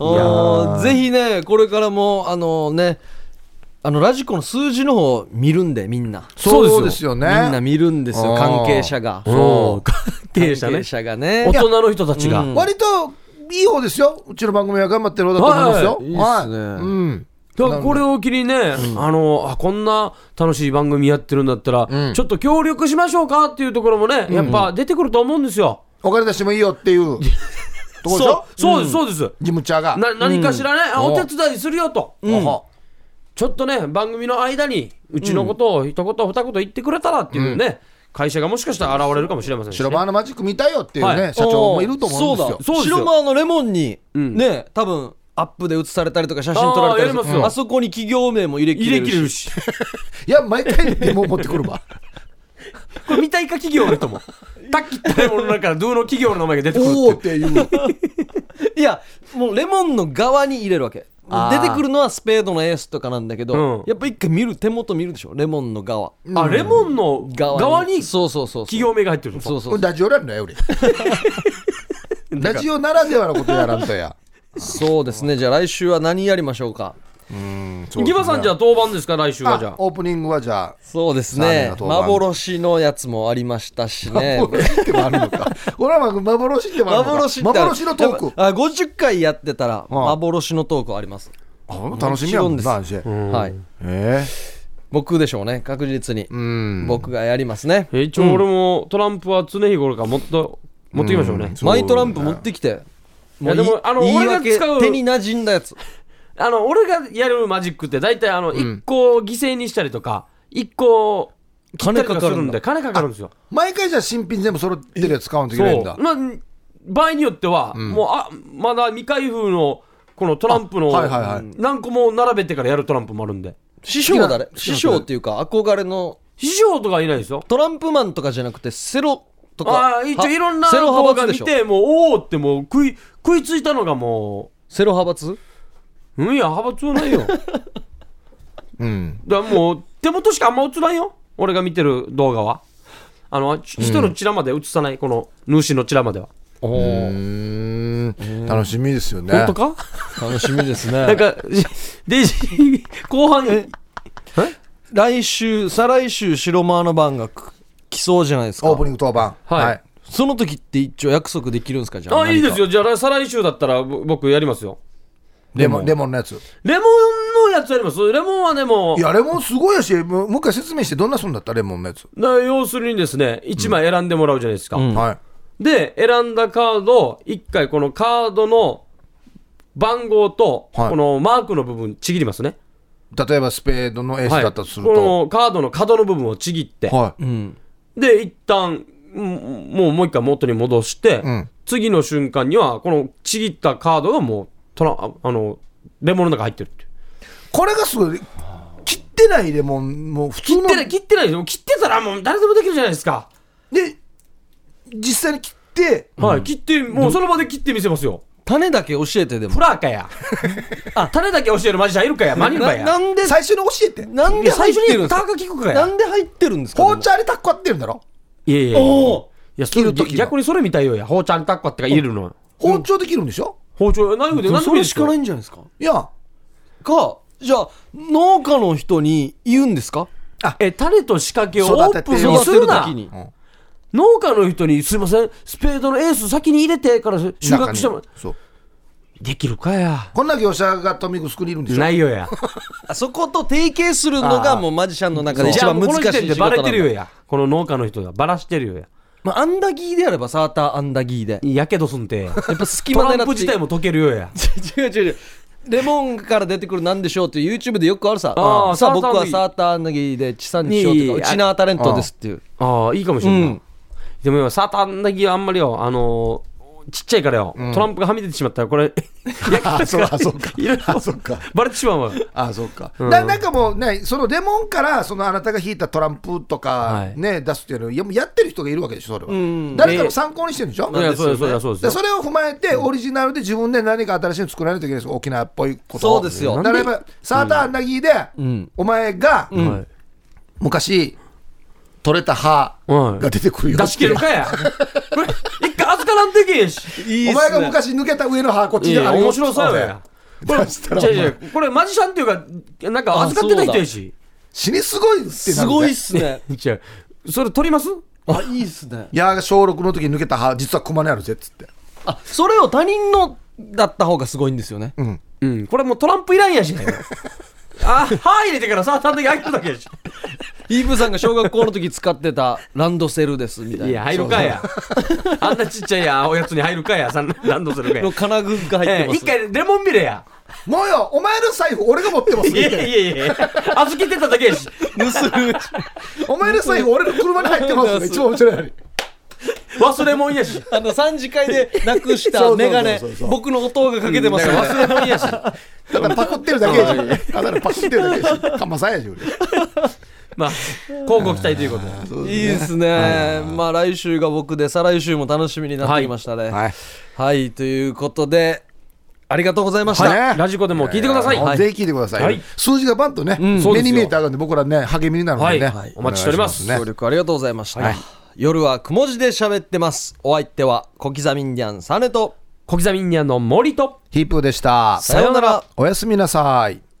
[SPEAKER 1] ーぜひねこれからもあのねあのラジコの数字の方見るんでみんな
[SPEAKER 3] そうですよ
[SPEAKER 1] みんな
[SPEAKER 3] ね
[SPEAKER 1] 見るんですよ
[SPEAKER 3] あー
[SPEAKER 1] 関係者が
[SPEAKER 2] そう、関係者
[SPEAKER 1] 関
[SPEAKER 2] ね
[SPEAKER 1] 係。者がね
[SPEAKER 2] 大人の人たちが。
[SPEAKER 1] うん
[SPEAKER 3] 割といい方ですようちの番組は頑張ってる方だと思いますよ
[SPEAKER 1] はいいいっすね
[SPEAKER 3] はいうん
[SPEAKER 2] だからこれを機にね、あのあこんな楽しい番組やってるんだったら、
[SPEAKER 3] うん
[SPEAKER 2] ちょっと協力しましょうかっていうところもね、やっぱ出てくると思うんですよ。
[SPEAKER 3] お金出してもいいよっていうとこでし
[SPEAKER 2] そ
[SPEAKER 3] ょ
[SPEAKER 2] う、そうです、そうです。
[SPEAKER 3] ジムチャーが
[SPEAKER 2] な何かしらね、あお手伝いするよと、
[SPEAKER 3] うん
[SPEAKER 2] あちょっとね番組の間にうちのことを一言二言言ってくれたらっていうね、会社がもしかしたら現れるかもしれませんし、ね、
[SPEAKER 3] 白バーのマジック見たいよっていう
[SPEAKER 2] は
[SPEAKER 3] ね社長もいると思うんで
[SPEAKER 1] そ
[SPEAKER 3] すよ
[SPEAKER 1] うだ
[SPEAKER 2] そうですよ
[SPEAKER 1] 白間のレモンに
[SPEAKER 2] ん
[SPEAKER 1] ね多分アップで写されたりとか写真撮られたり
[SPEAKER 2] あーやりますよ
[SPEAKER 1] あそこに企業名も入れ切れ
[SPEAKER 2] 入れ
[SPEAKER 1] る
[SPEAKER 2] 切
[SPEAKER 1] し
[SPEAKER 2] れるし
[SPEAKER 3] いや毎回でも持ってくるわ
[SPEAKER 2] これ未体化企業の人もタッキったレモンの中からドゥの企業の名前が出てくる
[SPEAKER 3] おお
[SPEAKER 2] っ
[SPEAKER 3] ってていう
[SPEAKER 1] いやもうレモンの側に入れるわけ
[SPEAKER 2] あ
[SPEAKER 1] 出
[SPEAKER 2] ー
[SPEAKER 1] てくるのはスペードのエースとかなんだけど、
[SPEAKER 2] うん
[SPEAKER 1] やっぱ一回見る手元見るでしょレモンの側
[SPEAKER 2] あレモンの
[SPEAKER 1] 側に
[SPEAKER 2] 側に
[SPEAKER 1] そうそうそうそう
[SPEAKER 2] 企業名が入ってるの
[SPEAKER 1] そうそ
[SPEAKER 3] こ
[SPEAKER 1] う
[SPEAKER 3] れラジオなんだよ俺ラジオならではのことやらんとや
[SPEAKER 1] そうですねじゃあ来週は何やりましょうか
[SPEAKER 2] ギバさんじゃあ当番ですか来週はじゃ
[SPEAKER 3] あ
[SPEAKER 2] あ
[SPEAKER 3] オープニングはじゃあ
[SPEAKER 1] そうです
[SPEAKER 3] 残念
[SPEAKER 1] ね
[SPEAKER 3] な当番
[SPEAKER 1] 幻のやつもありましたし ね
[SPEAKER 3] 幻ってもあるのか。これは幻ってもあるのか。
[SPEAKER 1] 幻ってある
[SPEAKER 3] 幻のトー
[SPEAKER 1] やっ
[SPEAKER 3] ク。
[SPEAKER 1] ぱあ50回やってたら
[SPEAKER 3] あ
[SPEAKER 1] 幻のトークあります
[SPEAKER 3] あ楽しみやもんな、
[SPEAKER 1] もちろん
[SPEAKER 3] マジで
[SPEAKER 1] はい
[SPEAKER 3] え
[SPEAKER 1] 僕でしょうね確実に、
[SPEAKER 3] うん
[SPEAKER 1] 僕がやりますね
[SPEAKER 2] え一応俺もトランプは常日頃からもっと持ってきましょうね、
[SPEAKER 3] うんそう
[SPEAKER 1] マイトランプ持ってきて
[SPEAKER 2] いやでもあの
[SPEAKER 1] 言い
[SPEAKER 2] 俺が
[SPEAKER 1] 訳
[SPEAKER 2] 使う
[SPEAKER 1] 手に馴染んだやつ
[SPEAKER 2] あの俺がやるマジックって大体あの1個を犠牲にしたりとか1個を切ったりとかするんで金かかるんですよ
[SPEAKER 3] 毎回じゃあ新品全部揃ってるやつ買わんといけ
[SPEAKER 2] そ
[SPEAKER 3] ないん
[SPEAKER 2] う
[SPEAKER 3] だ
[SPEAKER 2] まあ場合によっては、
[SPEAKER 3] ん
[SPEAKER 2] もうあまだ未開封のこのトランプの
[SPEAKER 3] あはいはいはい
[SPEAKER 2] 何個も並べてからやるトランプもあるんで
[SPEAKER 1] 師匠は誰
[SPEAKER 3] 好きな
[SPEAKER 1] 師匠っていうか憧れの
[SPEAKER 2] 師匠とかいないですよ
[SPEAKER 1] トランプマンとかじゃなくてセロとか
[SPEAKER 2] ああ一応いろんな
[SPEAKER 1] セロ
[SPEAKER 2] 動
[SPEAKER 1] 派
[SPEAKER 2] 画
[SPEAKER 1] 閥で
[SPEAKER 2] 見
[SPEAKER 1] しょ
[SPEAKER 2] てもうおおってもう食い食いついたのがも
[SPEAKER 1] セロ派閥
[SPEAKER 2] ううんいや派閥は ないよだか
[SPEAKER 3] うん
[SPEAKER 2] らもう手元しかあんま映らんよ俺が見てる動画はあのち人のチラまで映さないこの主のチラまでは、
[SPEAKER 1] お
[SPEAKER 3] う
[SPEAKER 1] お
[SPEAKER 3] ーん楽しみですよね
[SPEAKER 2] 本当か
[SPEAKER 1] 楽しみですね
[SPEAKER 2] なんかデイジー後半
[SPEAKER 1] 来週再来週白マーの番がく来そうじゃないですか
[SPEAKER 3] オープニング当番
[SPEAKER 2] はい
[SPEAKER 1] その時って一応約束できるんですかじゃあ
[SPEAKER 2] あいいです
[SPEAKER 1] よ
[SPEAKER 2] よじゃあ再来週だったらぼ僕やりますよ
[SPEAKER 3] レモンレモンのやつ
[SPEAKER 2] レモンのやつやりますレモンはでも
[SPEAKER 3] いやレモンすごいやしもうもう一回説明してどんなすんだったレモンのやつ
[SPEAKER 2] な要するにですね1枚選んでもらうじゃないですか、
[SPEAKER 1] うん
[SPEAKER 3] はい
[SPEAKER 2] で選んだカードを1回このカードの番号と
[SPEAKER 3] はい
[SPEAKER 2] このマークの部分ちぎりますね、
[SPEAKER 3] 例えばスペードのエース
[SPEAKER 2] はい
[SPEAKER 3] だったとすると
[SPEAKER 2] このカードの角の部分をちぎって、
[SPEAKER 3] は
[SPEAKER 1] うん
[SPEAKER 2] で一旦うんもうもう一回元に戻して、
[SPEAKER 3] うん
[SPEAKER 2] 次の瞬間にはこのちぎったカードがもうトラああのレモンの中入ってるっていう
[SPEAKER 3] いこれがすごい切ってないレモンもう普通の
[SPEAKER 2] 切ってない切ってないですよ切ってたらもう誰でもできるじゃないですか、
[SPEAKER 3] で実際に切って
[SPEAKER 2] はい切ってもうその場で切ってみせますよ
[SPEAKER 1] 種だけ教えてでも
[SPEAKER 2] フラーか やあ種だけ教えるマジシャンいるかやマニルか
[SPEAKER 1] な
[SPEAKER 2] や
[SPEAKER 1] なんで
[SPEAKER 3] 最初に教えて
[SPEAKER 1] なん
[SPEAKER 2] い
[SPEAKER 1] で
[SPEAKER 2] や最
[SPEAKER 1] 入っ
[SPEAKER 2] 初
[SPEAKER 1] てるん
[SPEAKER 2] に
[SPEAKER 1] です
[SPEAKER 2] タ
[SPEAKER 1] か
[SPEAKER 2] が聞くか
[SPEAKER 1] な
[SPEAKER 2] や
[SPEAKER 1] んで入ってるんですか
[SPEAKER 3] 紅茶あれタッコ割ってるんだろ
[SPEAKER 2] いやいやいや
[SPEAKER 1] おー
[SPEAKER 2] いやそれ
[SPEAKER 3] 切る時の
[SPEAKER 2] 逆にそれみたいよや包丁にタッカってか入れるの
[SPEAKER 3] 包丁で切るんでしょ
[SPEAKER 2] 包丁ナイフで
[SPEAKER 1] でも
[SPEAKER 2] 何で
[SPEAKER 1] そ
[SPEAKER 2] も
[SPEAKER 1] れ
[SPEAKER 2] いいで
[SPEAKER 1] し
[SPEAKER 2] すよ
[SPEAKER 1] かないんじゃないですか
[SPEAKER 3] いや
[SPEAKER 1] かじゃあ農家の人に言うんですか
[SPEAKER 2] え種と仕掛けをオープンにするな
[SPEAKER 1] 育てる時に
[SPEAKER 2] 農家の人にすいませんスペードのエース先に入れてから収
[SPEAKER 3] 中
[SPEAKER 2] 穫
[SPEAKER 3] に
[SPEAKER 2] しても
[SPEAKER 3] そう
[SPEAKER 2] できるかや
[SPEAKER 3] こんな業者が富城にいるんでしょ
[SPEAKER 2] ないよや
[SPEAKER 1] あそこと提携するのが
[SPEAKER 2] あー
[SPEAKER 1] もうマジシャンの中で一番難しい
[SPEAKER 2] じゃあもうこの時点
[SPEAKER 1] 仕
[SPEAKER 2] で
[SPEAKER 1] 事な
[SPEAKER 2] バ
[SPEAKER 1] んだ
[SPEAKER 2] レてるよやこの農家の人がバラしてるよや
[SPEAKER 1] まあ、アンダギーであればサーターアンダ ギーで
[SPEAKER 2] やけどすんて
[SPEAKER 1] やっぱ隙
[SPEAKER 2] ト
[SPEAKER 1] 間
[SPEAKER 2] ラ
[SPEAKER 1] 狙って
[SPEAKER 2] ンプ自体も溶けるよ や
[SPEAKER 1] 違う違う違うレモンから出てくるなんでしょうっていう YouTube でよくあるさ
[SPEAKER 2] あー
[SPEAKER 1] さあ
[SPEAKER 2] サータ
[SPEAKER 1] 僕
[SPEAKER 2] ーアンダギー
[SPEAKER 1] はサーターアンダギーで地産地消という
[SPEAKER 2] に
[SPEAKER 1] かうちなタレントですっていう
[SPEAKER 2] ああいいかもしれ
[SPEAKER 1] うん
[SPEAKER 2] ない
[SPEAKER 1] ん
[SPEAKER 2] でも今サーターアンダギーはあんまりよあのーちっちゃいからよ、トランプがはみ出てしまったらこれ
[SPEAKER 3] あ そうあそうか
[SPEAKER 2] いろいろ
[SPEAKER 3] あそうか
[SPEAKER 2] バレてしまうわ
[SPEAKER 3] あそうか、だなんかもうねそのレモンからそのあなたが引いたトランプと
[SPEAKER 2] は
[SPEAKER 3] か
[SPEAKER 2] い
[SPEAKER 3] ね、出すっていうのをいやもうやってる人がいるわけでしょそれは、
[SPEAKER 1] ん
[SPEAKER 3] 誰かの参考にしてるんでしょ、
[SPEAKER 2] いやそうですそうですそうです
[SPEAKER 3] でそれを踏まえて、オリジナルで自分で何か新しいの作らないといけないです沖縄っぽいことを
[SPEAKER 1] そうですよ
[SPEAKER 3] だからやっぱサーターアンダギーで、
[SPEAKER 1] ん
[SPEAKER 3] お前が、
[SPEAKER 2] はい
[SPEAKER 3] 昔取れた歯
[SPEAKER 2] はい
[SPEAKER 3] が出てくるよ
[SPEAKER 2] 出し切る かやこれ一回預からんといけへんし
[SPEAKER 1] い
[SPEAKER 3] お前が昔抜けた上の歯こっち
[SPEAKER 2] い
[SPEAKER 3] に
[SPEAKER 2] や
[SPEAKER 3] あるよ
[SPEAKER 2] 面白そうやこれ
[SPEAKER 3] 出したらお前
[SPEAKER 2] 違う違うこれマジシャンっていうかなんか預かってた人やし
[SPEAKER 3] 死にすごいってなるぜ
[SPEAKER 1] すごいっすね
[SPEAKER 2] 違うそれ取ります
[SPEAKER 1] あいいっすね
[SPEAKER 3] いや小6の時に抜けた歯実は駒にあるぜっつって
[SPEAKER 1] あそれを他人のだった方がすごいんですよね
[SPEAKER 2] うんこれもうトランプいらんやしあ歯入れてからさあ単独開けるだけやし
[SPEAKER 1] イーブさんが小学校の時使ってたランドセルですみた
[SPEAKER 2] い
[SPEAKER 1] い
[SPEAKER 2] や
[SPEAKER 1] な
[SPEAKER 2] 入るかやあんなちっちゃいやおやつに入るかやさん何度するかや
[SPEAKER 1] の金具が入って
[SPEAKER 2] ええ
[SPEAKER 1] ま
[SPEAKER 2] 一
[SPEAKER 1] す
[SPEAKER 2] 回レモンビレや
[SPEAKER 3] もうよお前の財布俺が持ってます
[SPEAKER 2] いやいやいやいや預けてただけやし
[SPEAKER 1] 盗む
[SPEAKER 3] お前の財布俺の車に入ってますが一番面白いの に
[SPEAKER 2] 忘れもんやし
[SPEAKER 1] あの3次会でなくし
[SPEAKER 3] そう
[SPEAKER 1] た
[SPEAKER 3] そうそうそう
[SPEAKER 1] メガネ僕の弟がかけてますよね
[SPEAKER 2] 忘れもんやした
[SPEAKER 3] だパクってるだけやしただパクってるだけやしかまさんやし俺
[SPEAKER 2] まあ交互期待ということで
[SPEAKER 1] いいですね、まあ来週が僕で再来週も楽しみになってきましたねはい、
[SPEAKER 3] はい
[SPEAKER 1] ということでありがとうございました、
[SPEAKER 3] はい
[SPEAKER 2] ラジコでも聞いてください。
[SPEAKER 3] もう
[SPEAKER 2] はい
[SPEAKER 3] ぜひ聞いてください、
[SPEAKER 2] はい
[SPEAKER 3] 数字がバンとね、
[SPEAKER 2] そうで
[SPEAKER 3] 目
[SPEAKER 2] すよ
[SPEAKER 3] に見えて上がるんで僕らね励みになるのでね、
[SPEAKER 2] はいはいお待ちしております
[SPEAKER 3] 願い
[SPEAKER 1] 協
[SPEAKER 3] しね
[SPEAKER 1] 力ありがとうございました、夜はくも字で喋ってますお相手は小刻みインディアンサネと
[SPEAKER 2] 小刻みにあの森と
[SPEAKER 3] ヒープーでした
[SPEAKER 1] さようなら
[SPEAKER 3] おやすみなさい